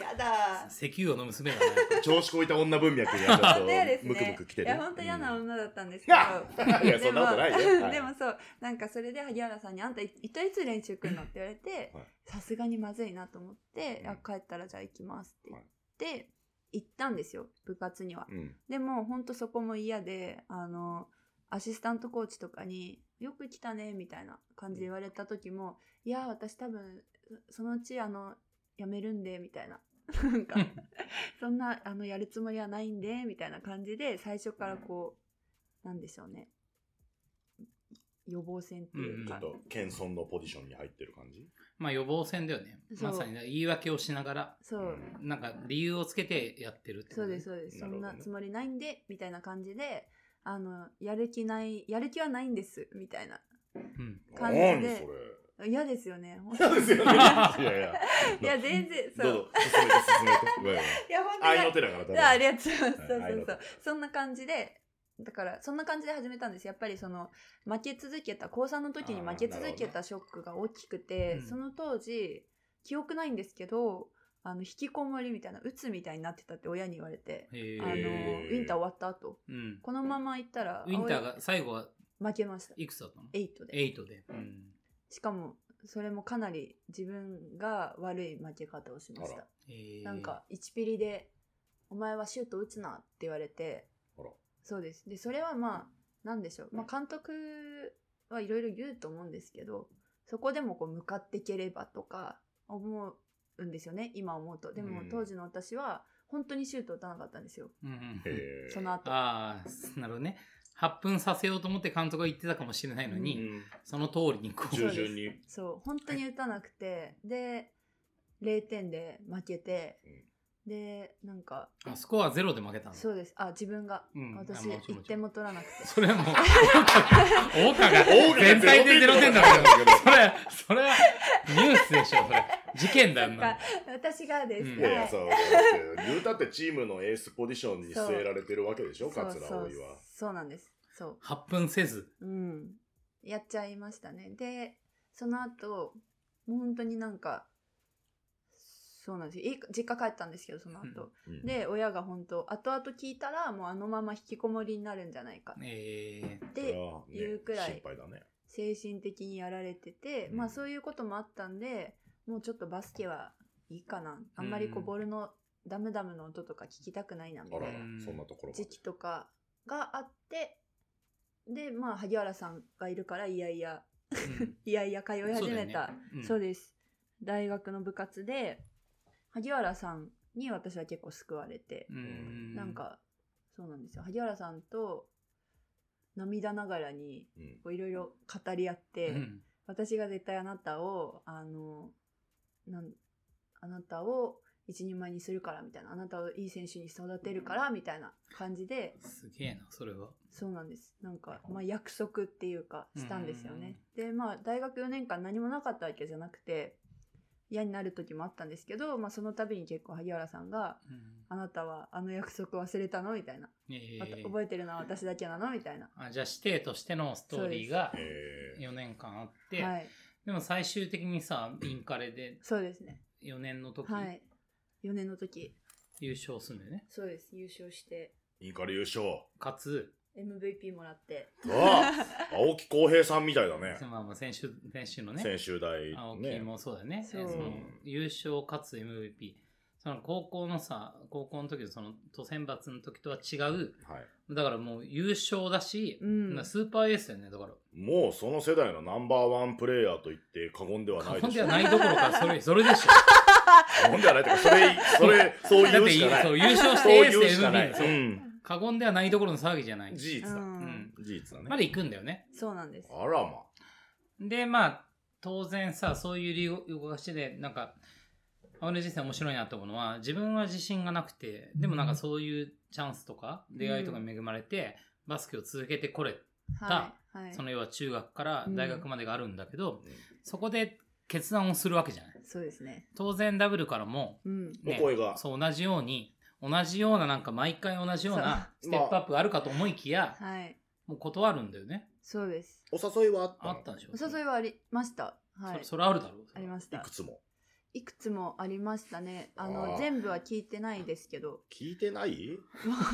やだ石油王の娘だなやっぱたいな。調子こいた女文脈にはちょっと嫌ですムクムねク来ている。や本当嫌なうん女だったんですけど、 いや、そんなことないよ。 はいでもそうなんかそれで萩原さんに「あんたいいつ練習来るの?」って言われてはいさすがにまずいなと思ってう「んあ帰ったらじゃあ行きます」って言って、行ったんですよ部活には。うん。でもほんとそこも嫌であのアシスタントコーチとかに「よく来たね」みたいな感じで言われた時も「いや私多分そのうちあの辞めるんで」みたいな。な んかそんなあのやるつもりはないんでみたいな感じで最初からこうなんでしょうね予防線っていうちょか、っと、謙遜のポジションに入ってる感じ。まあ予防線だよねそうまさに言い訳をしながらそうなんか理由をつけてやってるってことそうねですそうです、なそるほんどねなつもりないんでみたいな感じであのやる気ないやる気はないんですみたいなうん感じで何 それ。嫌ですよね。そうですよね。いやいや。いや、全然、そどううぞ。、進めて進めてごめんごめん。 いや、本当に愛の手だから、多ああり分。がとうございまはす。そういそうありそがうとう。そんな感じで、だから、そんな感じで始めたんです。やっぱり、その、負け続けた、高3の時に負け続けたショックが大きくなて、るほどねその当時、記憶ないんですけど、あの、引きこもりみたいな、鬱みたいになってたって親に言われて、へあえの、ウィンター終わった後、うんこのまま行ったら、ウィンターが最後は負けました。いくつだったの8で。 ?8 で、うん、しかも、それもかなり自分が悪い負け方をしましあたら。へえなんか1ピリで「お前はシュート打つな」って言われてあらそうですでそれはまあ何でしょう、まあ、監督はいろいろ言うと思うんですけどそこでもこう向かっていければとか思うんですよね今思うとでもうん当時の私は本当にシュート打たなかったんですようんうんうんへその後ああ、なるほどね。発奮させようと思って監督が言ってたかもしれないのえ。に、うんその通りにこう。従順に。そう本当に打たなくてで0点で負けてでなんかあスコアゼロで負けたの。そうですあ自分がうんあ私もちろん1点も取らなくてそ れはも う、大川が大川が全体でゼロ点だから。けど。それ、それはニュースでしょ、それ。事件だよな。私がです、うんいやいはや、いそう、だって言うたってチームのエースポジションに据えられてるわけでしょ、桂そう葵は。そうなんですそ発奮せず。ううんやっちゃいましたねでその後もう本当になんかそうなんですよいい実家帰ったんですけどその後、うんで親が本当後々聞いたらもうあのまま引きこもりになるんじゃないかえっそてれはね言うくらい心配だね。精神的にやられてて、うんまあそういうこともあったんでもうちょっとバスケはいいかなあんまりこうボールのダムダムの音とか聞きたくないなみたあいらならうん、そんなところまで時期とかがあってでまあ萩原さんがいるからいやいやえうんいやいや通い 始めそうだよたねうんそうです大学の部活で萩原さんに私は結構救われてう、んなん、かそうなんですよ萩原さんと涙ながらにうんこういろいろ語り合って、うん私が絶対あなたをあのなんあなたを一人前にするからみたいなあなたをいい選手に育てるからみたいな感じですげえな、それは。そうなんですなんか、まあ、約束っていうかしたんですよね。でまあ大学4年間何もなかったわけじゃなくて嫌になる時もあったんですけど、まあ、その度に結構萩原さんがうん「あなたはあの約束忘れたの?」みたいな、ええまた覚えてるのは私だけなの?」みたいな。あじゃあ、師弟としてのストーリーがえ4年間あって、はい、でも最終的にさ、インカレでそうですね。 4年の時、はい。4年の時、優勝するんだよね。そうです。優勝して、ー、インカレ優 勝。かつ、 MVP もらって、わあ青木浩平さんみたいだね。まあまあ先週、先週のね、専修大。青木ね。もそうだよね。そうえーその優勝かつ MVP。その高校のさ、高校の時のその都選抜の時とは違う、はい。だからもう優勝だし、うんスーパーエースだよね、だから。もうその世代のナンバーワンプレイヤーと言って過言ではない過で言しでょはう。ないどころか、そ れ、それでしょ。過言ではないというか、それ、そ れ、そうだ言っうてしいかない。そそうう優勝してエース言うしかない。で MVP う。そうん過言ではないどころの騒ぎじゃない。事実だ。うんうん。事実だまね。で行くんだよね。そうなんです。あらま。で、まあ、当然さ、そういう理由動かしてで、なんか、青の人生面白いなと思うのは、自分は自信がなくて、でもなんかそういうチャンスとか、出会いとかに恵まれて、バスケを続けてこれ。はい。はいそ。の要は中学から大学までがあるんだけど、うんそこで決断をするわけじゃない。そうですね。当然ダブルからも、うん。お声がそう同じように同じようななんか毎回同じようなそうステップアップがあるかと思いきや、はい。もう断るんだよねそうです。お誘いはあったあのったでしょお誘いはありました。はいそ。それあるだろうありましいたく。つも。いくつもありましたね。あの、あー全部は聞いてないですけど。聞いて ない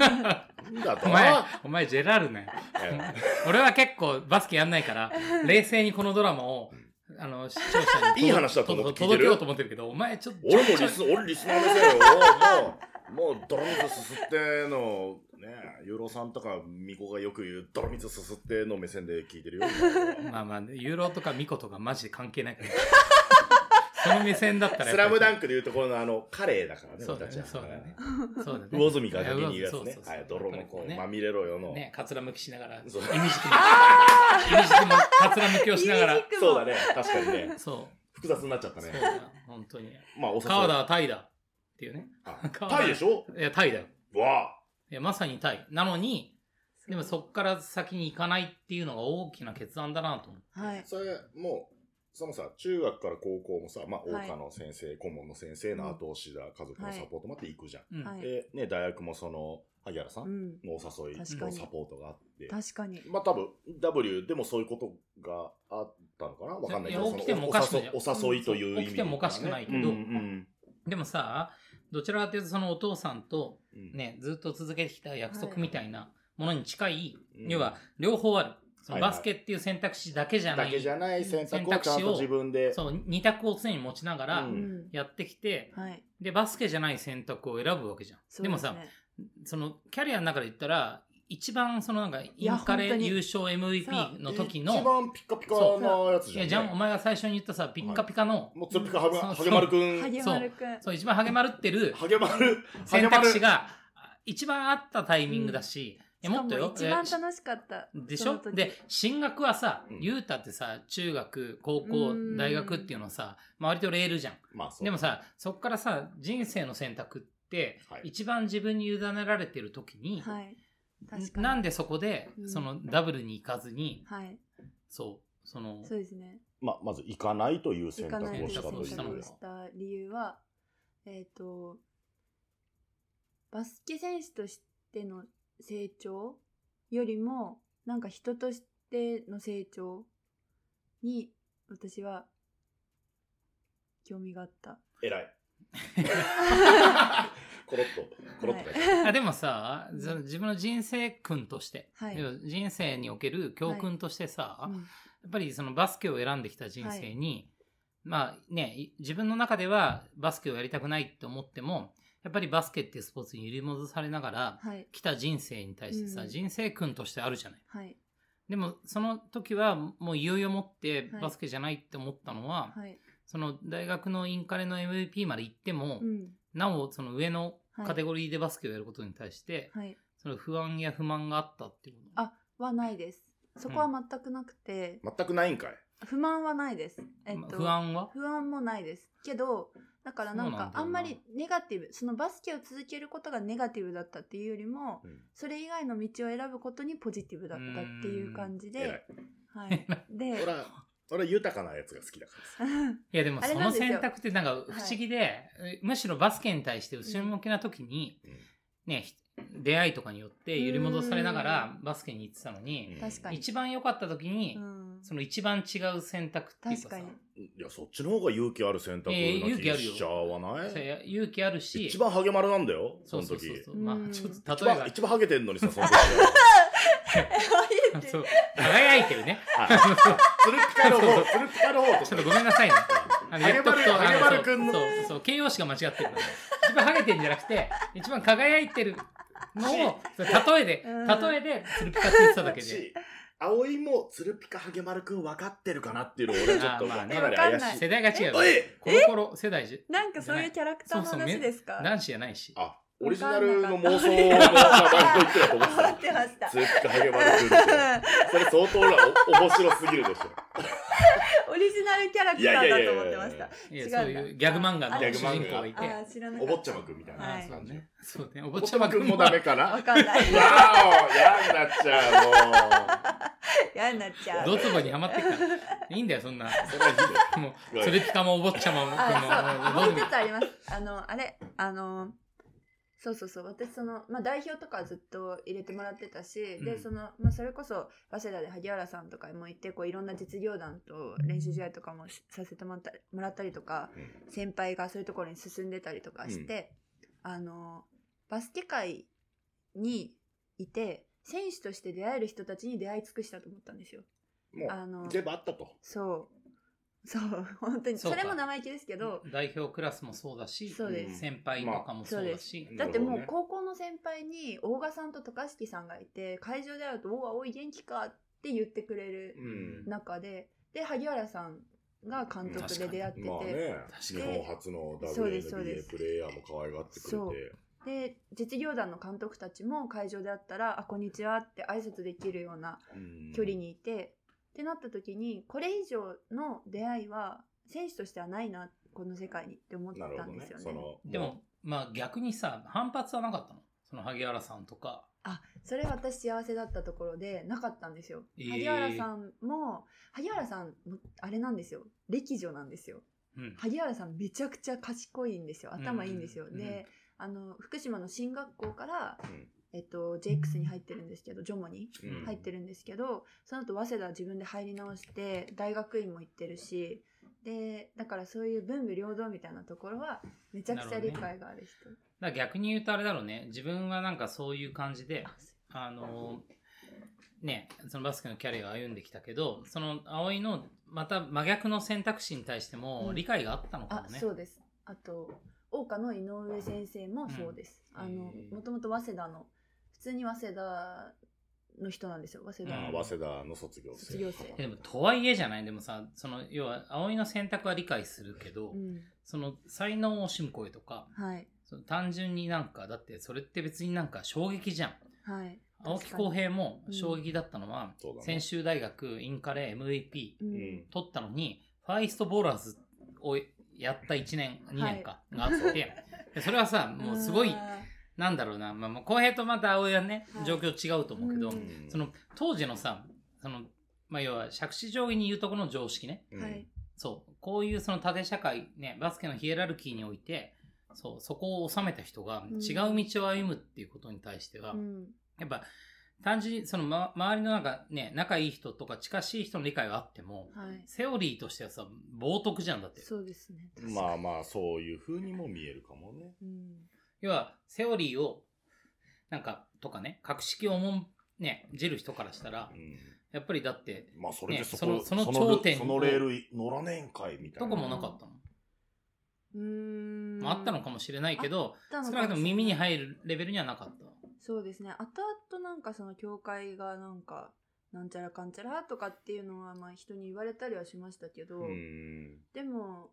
なんだとお前お前ジェラールねえ俺は結構バスケやんないから冷静にこのドラマをあの視聴者にいい話だと思って聞いてる届けようと思ってるけどお前ちょっとえ俺もリス、俺リスナー目 線よ。もう、もう、泥水すすっての、ね、ユーロさんとかミコがよく言う、泥水すすっての目線で聞いて るよ。まあまあユーロとかミコとかマジで関係ないから その目線だったらスラムダンククでいうところのあの、カレーだからね、そうだ私ねはそうだねそうだね魚住が先に言うやつそうねそう。そうはい、泥のやこっぱりう、ねまみれろよの。ね、かつらむきしながら、意味そ軸う も、意味軸も、かつらむきをしながら、そうだね、確かにね。そ複雑になっちゃっう、たそうね。だ、本当に。まあ、お誘い。川田はタイだっていうね。あ川田タイでしょいや、タイだよ。わあ。いや、まさにタイ。なのに、でもそっから先に行かないっていうのが大きな決断だなと思う。はい。それ、もう、そのさ、中学から高校もさ、まあ、はい大家の先生、顧問の先生の後押しだ、家族のサポートもあって行くじゃん。うん。はいで、ね、大学もその、萩原さうんん。のお誘い確かのにサポートがあって。確かに。まあ、多分、W でもそういうことがあったのかなわかんないけいど、やその起きてもおかしくないお誘いという意味で、起きてもおかしくないけどうんうんでもさ、どちらかというとそのお父さんとうんね、ずっと続けてきた約束みたいなものに近い、うん要は両方ある。そのはいはいバスケっていう選択肢だけじゃなだい。けじゃない選択をちゃん選択肢とを自分で。そう、二択を常に持ちながら、ううんん。やってきて、はい。で、バスケじゃない選択を選ぶわけじゃん。でそうもすさ、ねその、キャリアの中で言ったら、一番そのなんか、インカ本レ当に優勝そ MVP の時の、一番ピカピカなやつじいゃん、や、ね。じゃん、お前が最初に言ったさ、ピッカピカの、もうツルピカハゲそうハゲマルくん。萩原くん。そう、一番励まるってるハゲマル。ハゲ選マ択ル肢。が、一番あったタイミングだし、いやもっとよ。しかもい一や番楽しかった。でしそょの時で、進学はさうん、ゆうたってさ、中学、高う校ん、大学っていうのはさ、まあ割とレールじゃん。まあ、そうでも、さ、そこからさ、人生の選択って、はい一番自分に委ねられてる時に、はい。確かに。なんでそこで、うんそのダブルに行かずに、はい。そそのそうですねまあ、まず行かないという行選か択ないといをうした選という択を選択した理由はえっ、とバスケ選手としての成長よりもなんか人としての成長に私は興味があった。偉い。コロッと、コロッとね。あでもさその自分の人生訓として、はい要人生における教訓としてさ、うんやっぱりそのバスケを選んできた人生に、まあねい自分の中ではバスケをやりたくないって思ってもやっぱりバスケっていうスポーツに揺り戻されながらはい来た人生に対してさ、うん人生訓としてあるじゃない。はいでもその時はもういよいよ持ってはいバスケじゃないって思ったのは、はい。その大学のインカレの MVP まで行っても、うんなおその上のはいカテゴリーでバスケをやることに対して、はい。その不安や不満があったっていうことあはないです。そこは全くなくて、全くないんかい。不満はないです。えっまあと不安は不安もないですけどだからなんそうなんだよかなあんまりネガティブそのバスケを続けることがネガティブだったっていうよりもうんそれ以外の道を選ぶことにポジティブだったっていう感じ偉いで、。 はい、で俺は、俺は豊かなやつが好きだからさ。いやでもあれそなのんですよ選択ってなんか不思議で、えむしろバスケに対して後ろ向きな時に、うんねひ出会いとかによって揺り戻されながらバスケに行ってたのに、確かに一番良かった時に、 うん その一番違う選択っていう確かかさにに。いや、そっちの方が勇気ある選択なえー勇気気あるよしちゃわなそい、れ勇気あるし一番励まるなんだよ、そそうのそう時。そうそううんまあちょっ一と例え番、ば一番ハゲてんのにさ、その時。そう輝いてるねあつるピカの方、つるピカの方とちょっとごめんなさいね。あのハゲやっとバルくとハゲバル君のそうそうそう形容詞が間違ってるから。一番ハゲてんじゃなくて、一番輝いてるのを、それ例えで、うん例えで、つるピカって言ってただけで。し、葵もつるピカハゲマルくん分かってるかなっていうのを俺はちょっと、あーまあねかなり怪しい。世代が違う。おいコロコロ世代じなんかそういうキャラクターの話ですゃ、か男子じゃないし。あ、オリジナルの妄想の名前を言ってたと思って思た っ。てましたつるピカハゲマルくんって。それ相当なお面白すぎるでしょ。 オリジナルキャラクターだと思ってましたいや違うんだそういうギャグ漫画のギ主ャグ漫人画公がいて。あー知らなかおった坊ちゃまくんみたいな感はいじ。そうね。そうね。おお坊坊ちちゃゃままくくんんももダダメメ。かなわわかんないー お嫌になっちゃ嫌になっちゃうドツボにはまってっから。いいんだよ、そんな。う。もう。それはいいようわもう、つるピカもお坊ちゃまも、あ、こそう、のもう一つあります。あの、あれ、あの、そうそうそう、私その、まあ代表とかずっと入れてもらってたし、うで、んその、まあそれこそ、早稲田で萩原さんとかも行って、こういろんな実業団と練習試合とかもしさせてもらったもらったりとか、先輩がそういうところに進んでたりとかして、あの、バスケ界にいて、選手として出会える人たちに出会い尽くしたと思ったんですよ。もあの う、全部あったと。そう。 そう、本当に。そうそかれも生意気ですけど、代表クラスもそうだし、そうです先輩とかもそうだし。だってもうなるほ高校の先輩に大賀さんと高敷さんがいて会場で会うと「おおい元気か」って言ってくれるうん。中でで萩原さんが監督で出会ってて、まあね、確日かに本初のそうですそうで WNBA すプレイヤーも可愛がってそくうれて。で実業団の監督たちも会場で会ったら「あこんにちは」って挨拶できるようなうん距離。にいて、ってなった時にこれ以上の出会いは選手としてはないなこの世界にって思っなるたほんどでねすよ。ね。その、でも、まあ逆にさ、反発はなかったのその萩原さんとか。あそれ私幸せだったところでなかったんですよ、えー萩原さんも萩原さんもあれなんですよ歴女なんですようん。萩原さんめちゃくちゃ賢いんですよ頭いいんですよ、うんで、あの福島の進学校から、うんえっと、JX に入ってるんですけどジョモにうん入ってるんですけど、その後早稲田自分で入り直して大学院も行ってるしでだからそういう文武両道みたいなところはめちゃくちゃ理解がある人だから逆に言うとあれだろうね。自分はなんかそういう感じで、あのね、そのバスケのキャリアを歩んできたけど、その葵のまた真逆の選択肢に対してもうん理解があったのかあもね。そうですあと桜花の井上先生もそうです、うんあのへーもともと早稲田の普通に早稲田の人なんですよ早稲田まの、うんあ早稲田の卒業生。卒業生でも、とはいえじゃないでもさ、その、要は、葵の選択は理解するけど、うんその、才能を惜しむ声とか、はいその単純になんか、だってそれって別になんか衝撃じゃん。はい青木浩平も衝撃だったのは、そうだね専修大学インカレ MVP うん、うん。取ったのに、ファイストボーラーズをやった1年、2年か、があって、でそれはさ、もうすごい、なんだろうな、まあ、もう浩平とまた青井はねは、い状況違うと思うけど、うんうんその当時のさ、その、まあ要は、杓子定規に言うところの常識ね。うんはい。そう。こういうその縦社会、ね、バスケのヒエラルキーにおいて、そう、そこを収めた人がうん違う道を歩むっていうことに対しては、うん。やっぱ、単純にその、ま、周りのなんかね、仲いい人とか近しい人の理解はあっても、はい。セオリーとしてはさ、冒涜じゃんだって。そうですね。まあまあ、そういう風にも見えるかもね。うん。要は、セオリーを、なんか、とかね、格式をもん、ね、じる人からしたらう、ん。やっぱりだって、まあ、それでねそこ、そのそのル頂点をそのレール乗らねえんかい、みたいどな。こもなかったの。うーん。まあ、あったのかもしれないけど、あったのか少しれななくいとも耳に入るレベルにはなかった。そうですね。後々なんかその教会がなんか、なんちゃらかんちゃらとかっていうのはまあ人に言われたりはしましたけど、うん。でも、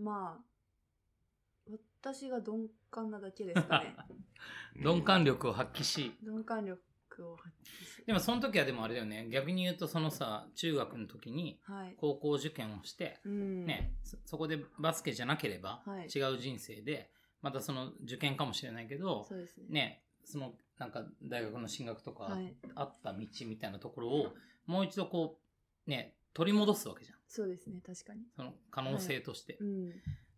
まあ、私が鈍感なだけで すかね。鈍感力を発揮し、鈍感力を発揮する。でもその時はでもあれだよね、逆に言うとそのさ、中学の時にはい。高校受験をして、うん。ね、そそこでバスケじゃなければはい違う人生で、またその受験かもしれないけど、そうですね。ね、そのなんか大学の進学とかはい。あった道みたいなところをもう一度こう、ね、取り戻すわけじゃん。そうですね。確かに。その可能性として。うん。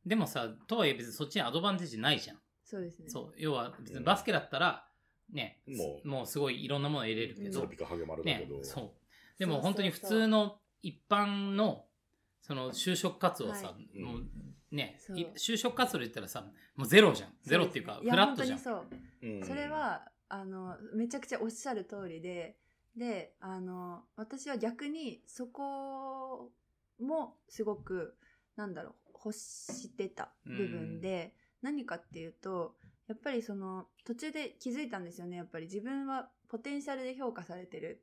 でもさ、とはいえ別にそっちにアドバンテージないじゃん。そうですね。そう。要は別にバスケだったら、ね、もうもうすごいいろんなものを得れるけうんど、トピカハゲ丸だけねど。、そう。でも本当に普通の一般の、その就職活動はさ、はもうね、そうい就職活動で言ったらさ、もうゼロじゃん。ゼロっていうか、そフラットじゃでんす。ねいや、本当にうんそう。それ、は、あの、めちゃくちゃおっしゃる通りで、で、あの、私は逆にそこもすごく、なんだろう、欲してた部分で、何かっていうと、やっぱりその、途中で気づいたんですよね。やっぱり自分はポテンシャルで評価されてる。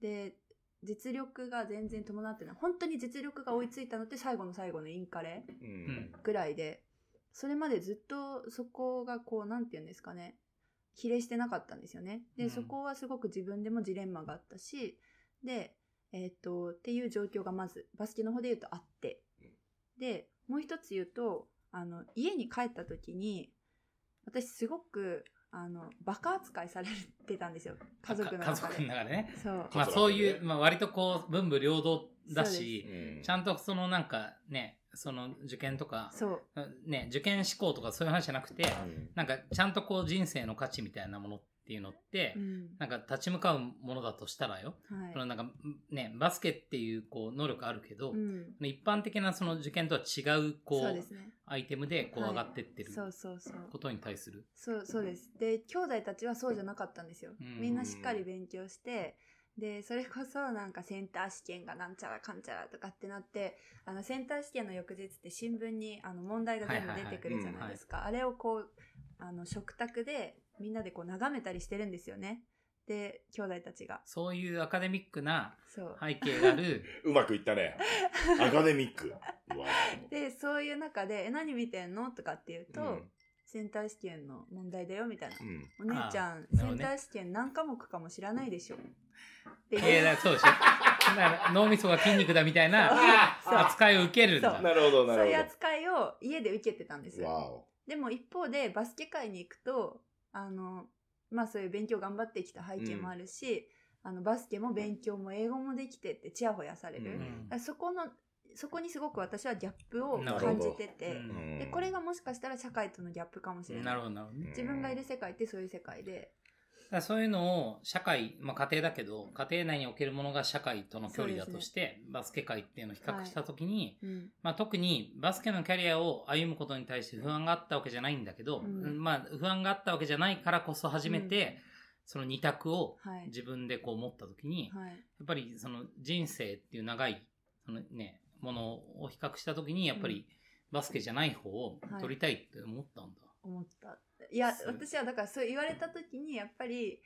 で、実力が全然伴ってない。本当に実力が追いついたのって最後の最後のインカレ。ううんん。ぐらいでそれまでずっとそこがこうなんて言うんですかね比例してなかったんですよね。で、うんそこはすごく自分でもジレンマがあったしで、えーっとっていう状況がまずバスケの方で言うとあってでもう一つ言うとあの家に帰った時に私すごくあのバカ扱いされてたんですよ家族のか家中族ので。中でね。そうまあそういう、まあ割とこう、文武両道だうし、んちゃんとそのなんかね、その受験とか、そうね、受験志向とかそういう話じゃなくて、うんなんかちゃんとこう人生の価値みたいなものっていうのって、うんなんか立ち向かうものだとしたらよ、はいそのなんかね、バスケっていうこう能力あるけど、うん一般的なその受験とは違うこそうでうすねアイテムでこうはい上がってってるそうそうそうことに対する。そうそうですで兄弟たちはそうじゃなかったんですよ、うんみんなしっかり勉強してでそれこそなんかセンター試験がなんちゃらかんちゃらとかってなってあのセンター試験の翌日って新聞にあの問題が全部出てくるじゃないですか、あれをこうあの食卓でみんなでこう眺めたりしてるんですよねで兄弟たちがそういうアカデミックなそう、背景があ る、うまくいったね。アカデミック。うわでそういう中で「え何見てんの?」とかって言うと、うんセンター試験の問題だよみたいなうん。お姉ちゃあん、ーなるセほどンねター試験何科目かも知らないでしょ。っていやいう。だそうでしょ。だから脳みそが筋肉だみたいな あ扱いを受けるんそだう。なるほど、そなういうる扱いを家で受けてたんですほど。よ。わお。でも一方でバスケ界に行くと、あの、まあそういう勉強頑張ってきた背景もあるし、あのバスケも勉強も英語もできてってチヤホヤされる。ううだかんらそこの、そこにすごく私はギャップをなるほ感どじてて、うんで、これがもしかしたら社会とのギャップかもしれな。ないるほど、なるほどね。自分がいる世界ってそういう世界で、だからそういうのを社会、まあ、家庭だけど、家庭内におけるものが社会との距離だとして、バスケ界っていうのを比較したときに、うん、まあ、特にバスケのキャリアを歩むことに対して不安があったわけじゃないんだけど、うんまあ、不安があったわけじゃないからこそ初めて、うんその二択をはい自分でこう持った時に、やはい、っぱりその人生っていう長いその、ね、ものを比較した時にやっぱりバスケじゃない方を取りたいって思ったんだ。思ったいやそう私はだからそう言われた時にやっぱり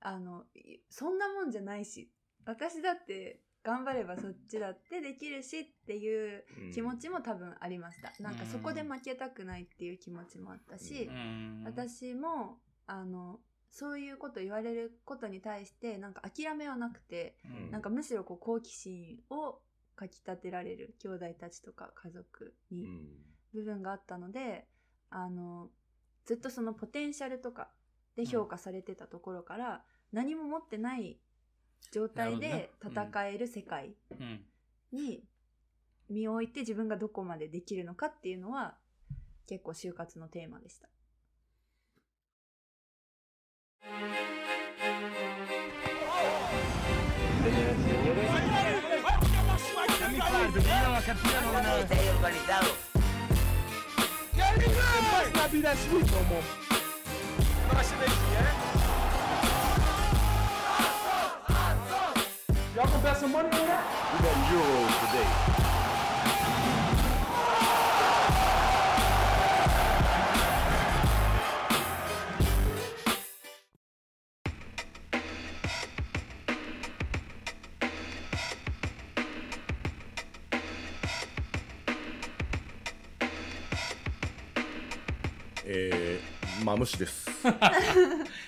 あのいそんなもんじゃないし私だって頑張ればそっちだってできるしっていう気持ちも。も多分ありました、なんかそこで負けたくないっていう気持ちもあったし、ううん私もあのそういうこと言われることに対してなんか諦めはなくてうんなんかむしろこう好奇心をかきたてられる兄弟たちとか家族に。うん部分があったのであのずっとそのポテンシャルとかで評価されてたところから、何も持ってない状態なるでほどな戦える世界うん。に身を置いて自分がどこまでできるのかっていうのは結構就活のテーマでした。 Y'all can bet some money on that? えー、マムシ です。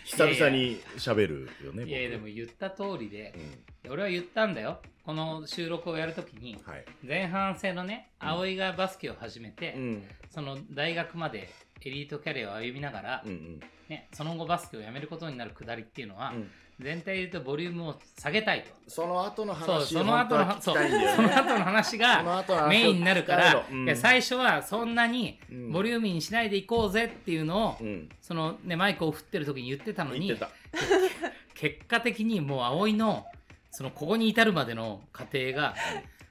久々に喋るよね、いやいやでも僕言った通りでう、俺は言ったんだよ。この収録をやるときに、ん。はい。前半戦のね、葵がバスケを始めて、うん。その大学までエリートキャリアを歩みながら、うんうん。ね、その後バスケをやめることになるくだりっていうのは、うん全体で言うとボリュームを下げたいと。その後の話そう、その後の本は、当そう、は聞きたいんだよねその後その話のが後の話を聞きたいのメインになるから、うんいや最初はそんなにうんボリューミーにしないでいこうぜっていうのを、うん。そのね、マイクを振ってる時に言ってたの言にって、 た。結果的にもう葵の、そのここに至るまでの過程が、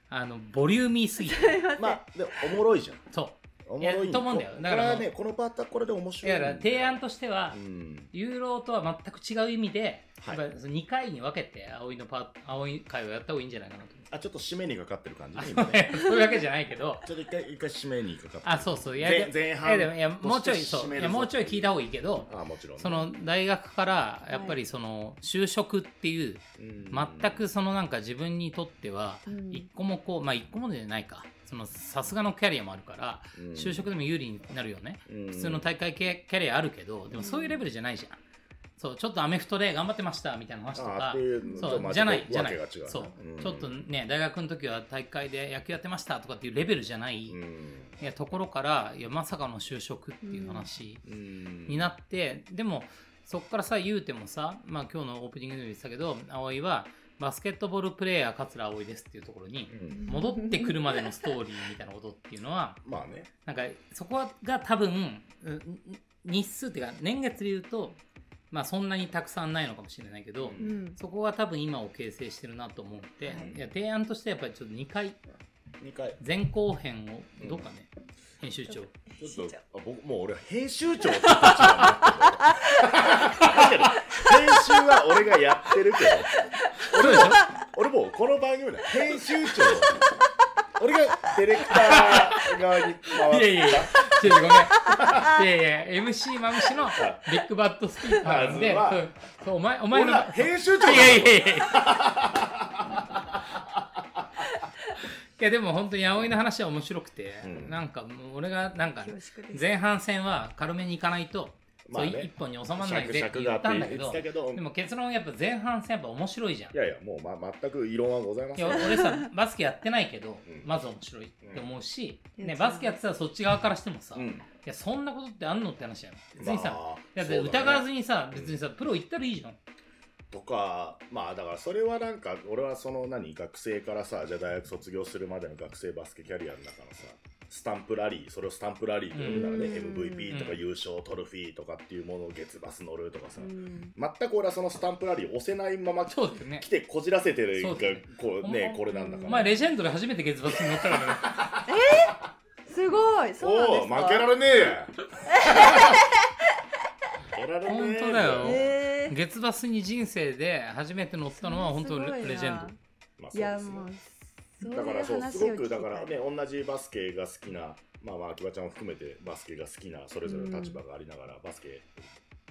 あの、ボリューミーすぎて、まあ、でも、おもろいじゃん。 そおもろいいやと思うんだよだからこれはね、このパートはこれで面う。白いだんかだらよ。提案としてはう、ん。ユーロとは全く違う意味で、はいやっぱその2回に分けて葵のパート、葵会をやった方がいいんじゃないかなと思あ、ちょっと締めにかかってる 感じね、今って。ね。そういうわけじゃないけど、ちょっと一回、一回締めにかかってる。あ、そうそう。いや前前半いやでもいや、もうちょい、としてそ締う。めいるや、ぞもうちょい聞いた方がいいけど、あ、もちろん。その大学から、やっぱりその、就職っていう、うん、全くそのなんか自分にとっては、うん一個もこう、まあ一個もじゃないか。その、さすがのキャリアもあるから、うん、就職でも有利になるよね。うん、普通の大会系キャリアあるけど、でもそういうレベルじゃないじゃん。そう、ちょっとアメフトで頑張ってました、みたいな話とあかっていう。そまあう、じゃない、じゃないわけが違。うそううん、ちょっとね、大学の時は大会で野球やってましたとかっていうレベルじゃない。うんいやところからいやまさかの就職っていう話うんになって、でもそこからさ言うてもさ、まあ、今日のオープニングでも言ってたけど葵はバスケットボールプレーヤー桂葵ですっていうところにうん戻ってくるまでのストーリーみたいなことっていうのはまあね。なんかそこが多分うん日数っていうか年月で言うと、まあ、そんなにたくさんないのかもしれないけど、うんうん、そこが多分今を形成してるなと思って、はいい、や提案としてやっぱりちょっと2回二回。前後編をどうかね、編集長ちょっと、あ僕、もう俺は編集長って立場になってるだけど編集は俺がやってるけど、そうでしょ俺もうこの番組の編集長。俺がディレクター側に回いってやいやいや、ちょっとごめん。いやいや、MC マムシのビッグバッドスピーカーで、まあそうそうお前、お前俺の。いら編集長やだいやいやいや。い やでも本当に葵の話は面白くて、うんなんかもう俺がなんか恐縮です。前半戦は軽めにいかないと、まあねそう一本に収まらない尺でって尺言があったんだってけ言っどてたけど、でも結論やっぱ前半戦やっぱ面白いじゃんいやいや、もう、ま、全く異論はございまいせんや。俺さバスケやってないけど、うんまず面白いって思うし、うんね、バスケやってたらそっち側からしてもさ、ういんやそんなことってあんのって話やん別にさ、まあだっそてうね疑わずにさ、別にさプロ行ったらいいじゃんとかまあだからそれはなんか俺はその何学生からさじゃあ大学卒業するまでの学生バスケキャリアの中のさスタンプラリーそれをスタンプラリーと呼ぶならねうん MVP とかうん優勝トロフィーとかっていうものを月バス乗るとかさうん全く俺はそのスタンプラリーを押せないままそうだよね来てこじらせてるそうだよねがこうねこれなんだかおら前レジェンドで初めて月罰に乗ったからねすごい、そうなんでおすうか。負けられね え負けられねえ本当だよえー月罰に人生で初初めて乗ったのは本当すごいレなレジェンまあいやそうですよもうそういだからうそうす話ごを聞くきただい。からね同じバスケが好きなまあまあ秋葉ちゃんを含めてバスケが好きなそれぞれの立場がありながら、バスケ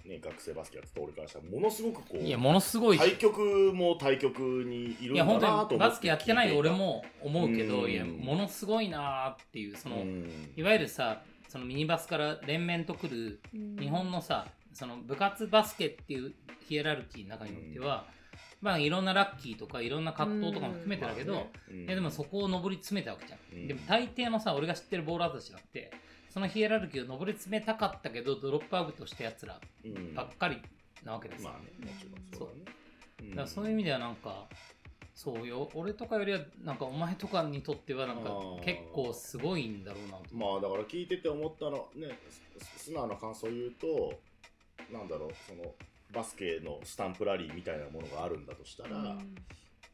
ね学生バスケやってた俺からしたらものすごくこうドいやものすごいし対局も対局にいるいんやだな本と思っ当てにバスケやってない俺も思うけど、うんいやものすごいなーっていうそうんの、いわゆるさそのミニバスから連綿とくるうん日本のさその部活バスケっていうヒエラルキーの中においては、まあいろんなラッキーとかいろんな葛藤とかも含めてだけど、うんいやでもそこを上り詰めたわけじゃん、うんでも大抵のさ俺が知ってるボールアウトじゃなくてそのヒエラルキーを上り詰めたかったけどドロップアウトしたやつらうんばっかりなわけですよ、まあねもちろんそうだねうんだからそういう意味ではなんか、そうよ。俺とかよりは、なんかお前とかにとってはなんかあー結構すごいんだろうなと。まあだから聞いてて思ったのねす素直な感想を言うとなんだろうそのバスケのスタンプラリーみたいなものがあるんだとしたら、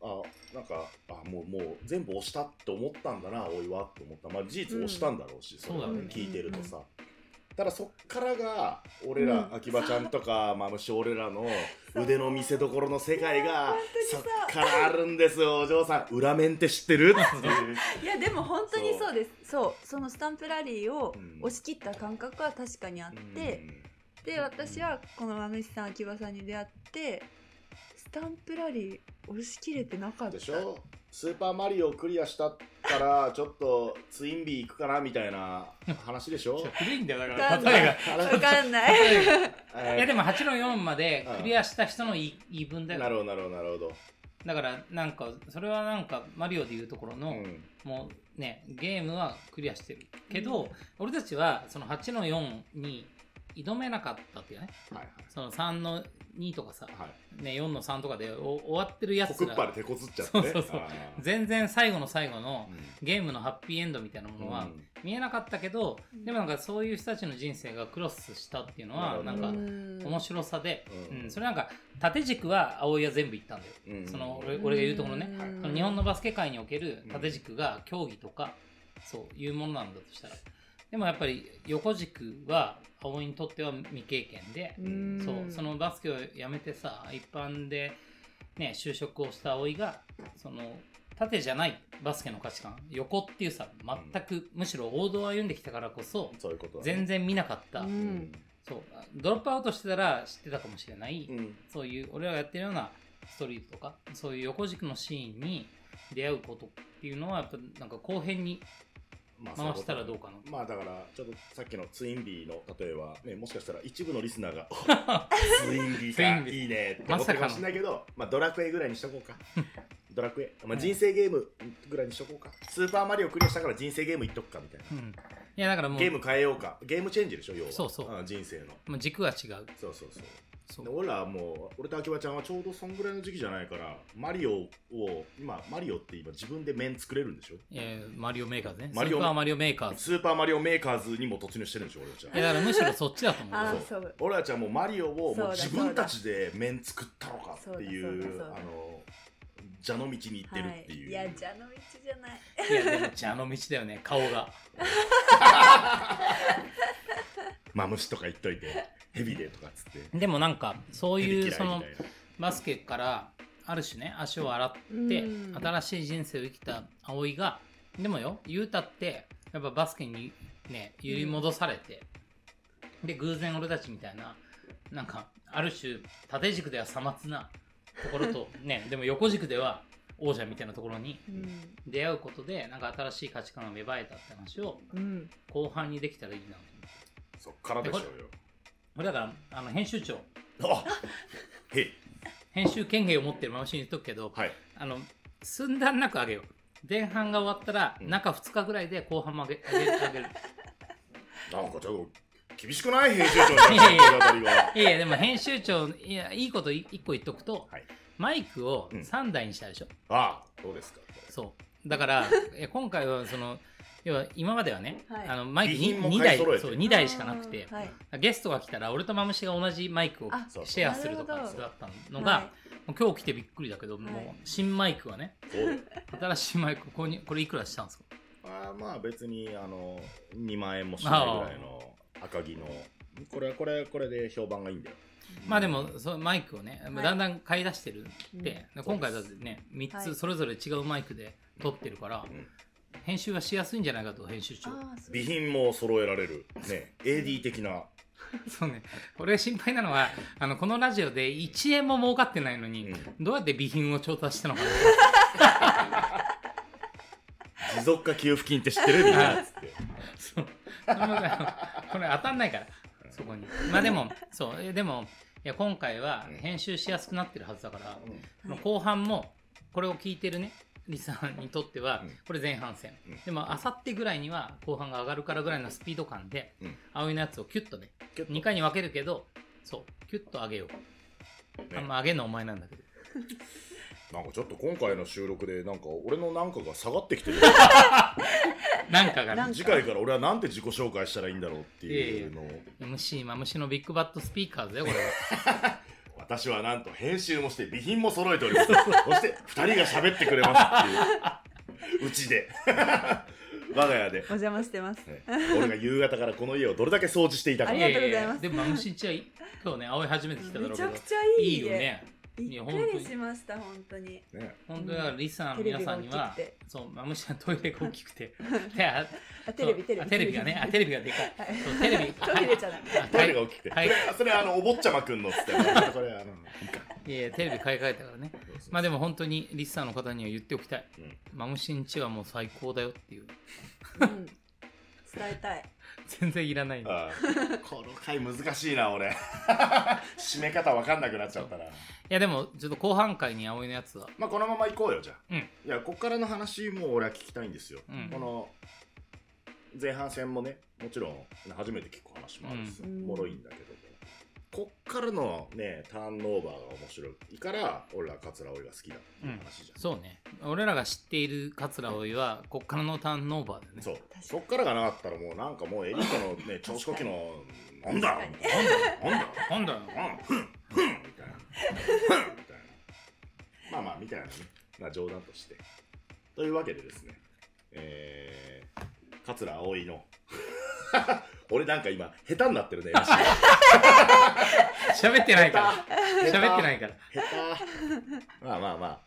あなんかあもうもう全部押したって思ったんだなおいはって思ったまあ事実押したんだろうし、それはそうだね聞いてるとさ、ただそっからが俺ら、秋葉ちゃんとかまむし俺らの腕の見せ所の世界がそっからあるんですよお嬢さん裏面って知ってるっていういやでも本当にそうですそうそのスタンプラリーをうん押し切った感覚は確かにあって、で私はこの豆石さん秋葉さんに出会ってスタンプラリー押し切れてなかったでしょスーパーマリオクリアしたからちょっとツインビー行くかなみたいな話でし ょ古いんだよ、だわかんない 例えわかんないが。いやでも8の4までうんクリアした人の言い言い分だなよ。るほどなるほどなるほど、だからなんか、それはなんかマリオでいうところうの、んもうね、ゲームはクリアしてる。けど、俺たちはその8の4に挑めなかったっていうね。はいはいその3の2とかさ、はいね、4の3とかでお終わってるやコつクッパがで、手こずっちゃってねそうそうそうあー全然最後の最後うのんゲームのハッピーエンドみたいなものうはん見えなかったけど、でもなんかそういう人たちの人生がクロスしたっていうのは、ななるんほどかうん面白さで、ううんん、それなんか縦軸は葵は全部行ったんだよ。うんその俺俺が言うところね、はいその日本のバスケ界における縦軸が競技とか、そういうものなんだとしたら。でもやっぱり横軸は葵にとっては未経験で、んそうそのバスケをやめてさ一般で、ね、就職をした葵がその縦じゃないバスケの価値観横っていうさ全くむしろ王道を歩んできたからこそそういうことだね全然見なかった、ううんんそうドロップアウトしてたら知ってたかもしれない、うんそういう俺らがやってるようなストリートとかそういう横軸のシーンに出会うことっていうのはやっぱなんか後編にまあそういう回ことしただらねどうかなまあだからちょっとさっきのツインビーの例えば、ね、もしかしたら一部のリスナー がツインビツイーンかビーいいねってま思っさてかるかのもしれないけど、まあ、ドラクエぐらいにしとこうかドラクエ、まあ、人生ゲームぐらいにしとこうかスーパーマリオクリアしたから人生ゲームいっとくかみたいなうんいやだからもうゲーム変えようかゲームチェンジでしょ要はそうそうあ人生のもう軸が違うそうそうそうそうで俺らはもう俺と秋葉ちゃんはちょうどそんぐらいの時期じゃないからマリオを今マリオって今自分で面作れるんでしょえーマリオメーカーズね。スマリオーパーマリオメーカーズ。スーパーマリオメーカーズにも突入してるんでしょ俺たちはいや、だからむしろそっちだと思う。あそーうそう俺たちはもうマリオをそもううだ自分たちで面作ったのかっていそうだそううだそうだあの蛇の道に行ってるってはい、いう、いや蛇の道じゃないいや、でもじゃあの道だよね、顔が。マムシとか言っといてヘビでとかっつってでもなんか、そうヘビ嫌い、いうみたそいなの、バスケから、ある種ね、足を洗ってう、ん新しい人生を生きた葵が、でもよ、ゆうたって、やっぱバスケにね、揺り戻されて、で、偶然俺たちみたいな、なんか、ある種、縦軸ではさまつなところ と、ね、でも横軸では王者みたいなところにうん出会うことで、なんか新しい価値観が芽生えたって話を、うん後半にできたらいいなとそっからでしょうよ思ってだからあの編集長あへい編集権限を持ってるまましに言っとくけど、はいあの寸断なく上げよう前半が終わったら、うん中2日ぐらいで後半も上げ上げ上げる なんかちょっと厳しくない編集長いやいやの語りがいやいやでも編集長いやいいこと1個言っとくと、はいマイクをうん3台にしたでしょ、あどうですかそうだから え今回はその要は今まではね、はいあのマイク 2, 備品も買い台揃えてそう2台しかなくてあーはいゲストが来たら俺とマムシが同じマイクをあシェアするとかなるだほどったのが、はいもう今日来てびっくりだけど、はもいう新マイクはねそう新しいマイク購入これいくらしたんですかあーまあ別にあの2万円もしないぐらいの赤木のこれはこれはこれで評判がいいんだよまあでもそのマイクをね、いだんだん買い出してるって、うんで今回だってね3はついそれぞれ違うマイクで撮ってるから、ん編集はしやすいんじゃないかと編集長あーそう備品も揃えられるね AD 的な そうね俺心配なのはあのこのラジオで1円も儲かってないのに、うどうやって備品を調達したのかな持続化給付金って知ってる みたいなっつってそうそれもあのこれ当たんないからそこにまあでもそうえでもいや今回は編集しやすくなってるはずだから、うんはい後半もこれを聞いてるねリスナーにとってはうんこれ前半戦、うんでもあさってぐらいには後半が上がるからぐらいのスピード感で、うん青いのやつをキュッとねキュッと2回に分けるけどそうキュッと上げよう、ねあんま上げるのお前なんだけどなんかちょっと今回の収録でなんか俺のなんかが下がってきてるなんかがなんね、次回から俺はなんて自己紹介したらいいんだろうっていうのを MC マムシのビッグバットスピーカーズだよ、これは。私はなんと編集もして備品も揃えております そして2人が喋ってくれますっていううちで 我が家で、お邪魔してます。ね俺が夕方からこの家をどれだけ掃除していたかありがとうございますやややでもマムシんちは今日ね、葵初めて来ただろうけめちど。ゃくちゃいいいいよね。びっくりしました、本当に。ね本当はリスナーの皆さんにはテレビが大きくて、そう、マムシはトイレが大きく て、でああ、テレビ、そうテレビ。あテレビがね、あテレビがでかい。そうテレビ、 トイレじゃない。あトイレが大きくて、はいそれはあのお坊ちゃまくんのっつってこれあのいやいやテレビ買い替えたからね。まあでも本当にリスナーの方には言っておきたい。うんマムシんちはもう最高だよっていう。 うん伝えたい。全然いらないんで。あーこの回難しいな俺締め方わかんなくなっちゃったないやでも、ちょっと後半回に葵のやつは。まあこのまま行こうよじゃあ、うんいやこっからの話も俺は聞きたいんですよ、うんこの前半戦もねもちろん初めて聞く話もあるし、うんもろいんだけどこっからのねターンオーバーが面白いから俺ら桂葵が好きだっていう話じゃん、そうね。俺らが知っている桂葵は、こっからのターンオーバーだよね。そうかにそっからがなかったらもうなんかもうエリートのね調子こきの「なんだなんだなんだなんだよ。うんふんふんみたいなふんみたいなまあまあみたいなね、まあ、冗談としてというわけでですねえー、桂葵の俺なんか今下手になってるね MC 喋ってな いから。下手喋ってないから。下手 まあまあまあ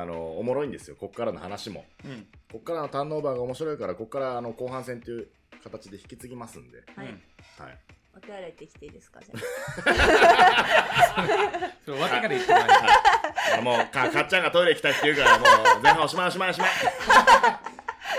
あのおもろいんですよこっからの話もうん。こっからのターンオーバーが面白いからこっからあの後半戦という形で引き継ぎますんで、はういはん。い、お手洗い行ってきていいですか、じゃそれ終わってから言ってもらえる あもうかかっちゃんがトイレ行きたいって言うからもう前半おしまいおしまいおしま い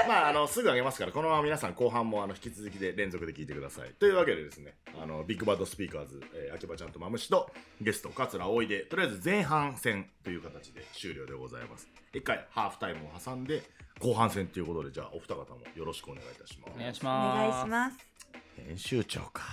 まああのすぐあげますからこのまま皆さん後半もあの引き続きで連続で聞いてくださいというわけでですねあのビッグバッドスピーカーズ、えー、秋葉ちゃんとマムシとゲスト桂葵でとりあえず前半戦という形で終了でございます一回ハーフタイムを挟んで後半戦ということでじゃあお二方もよろしくお願いいたしますお願いしあ。ます。お願いします。編集長か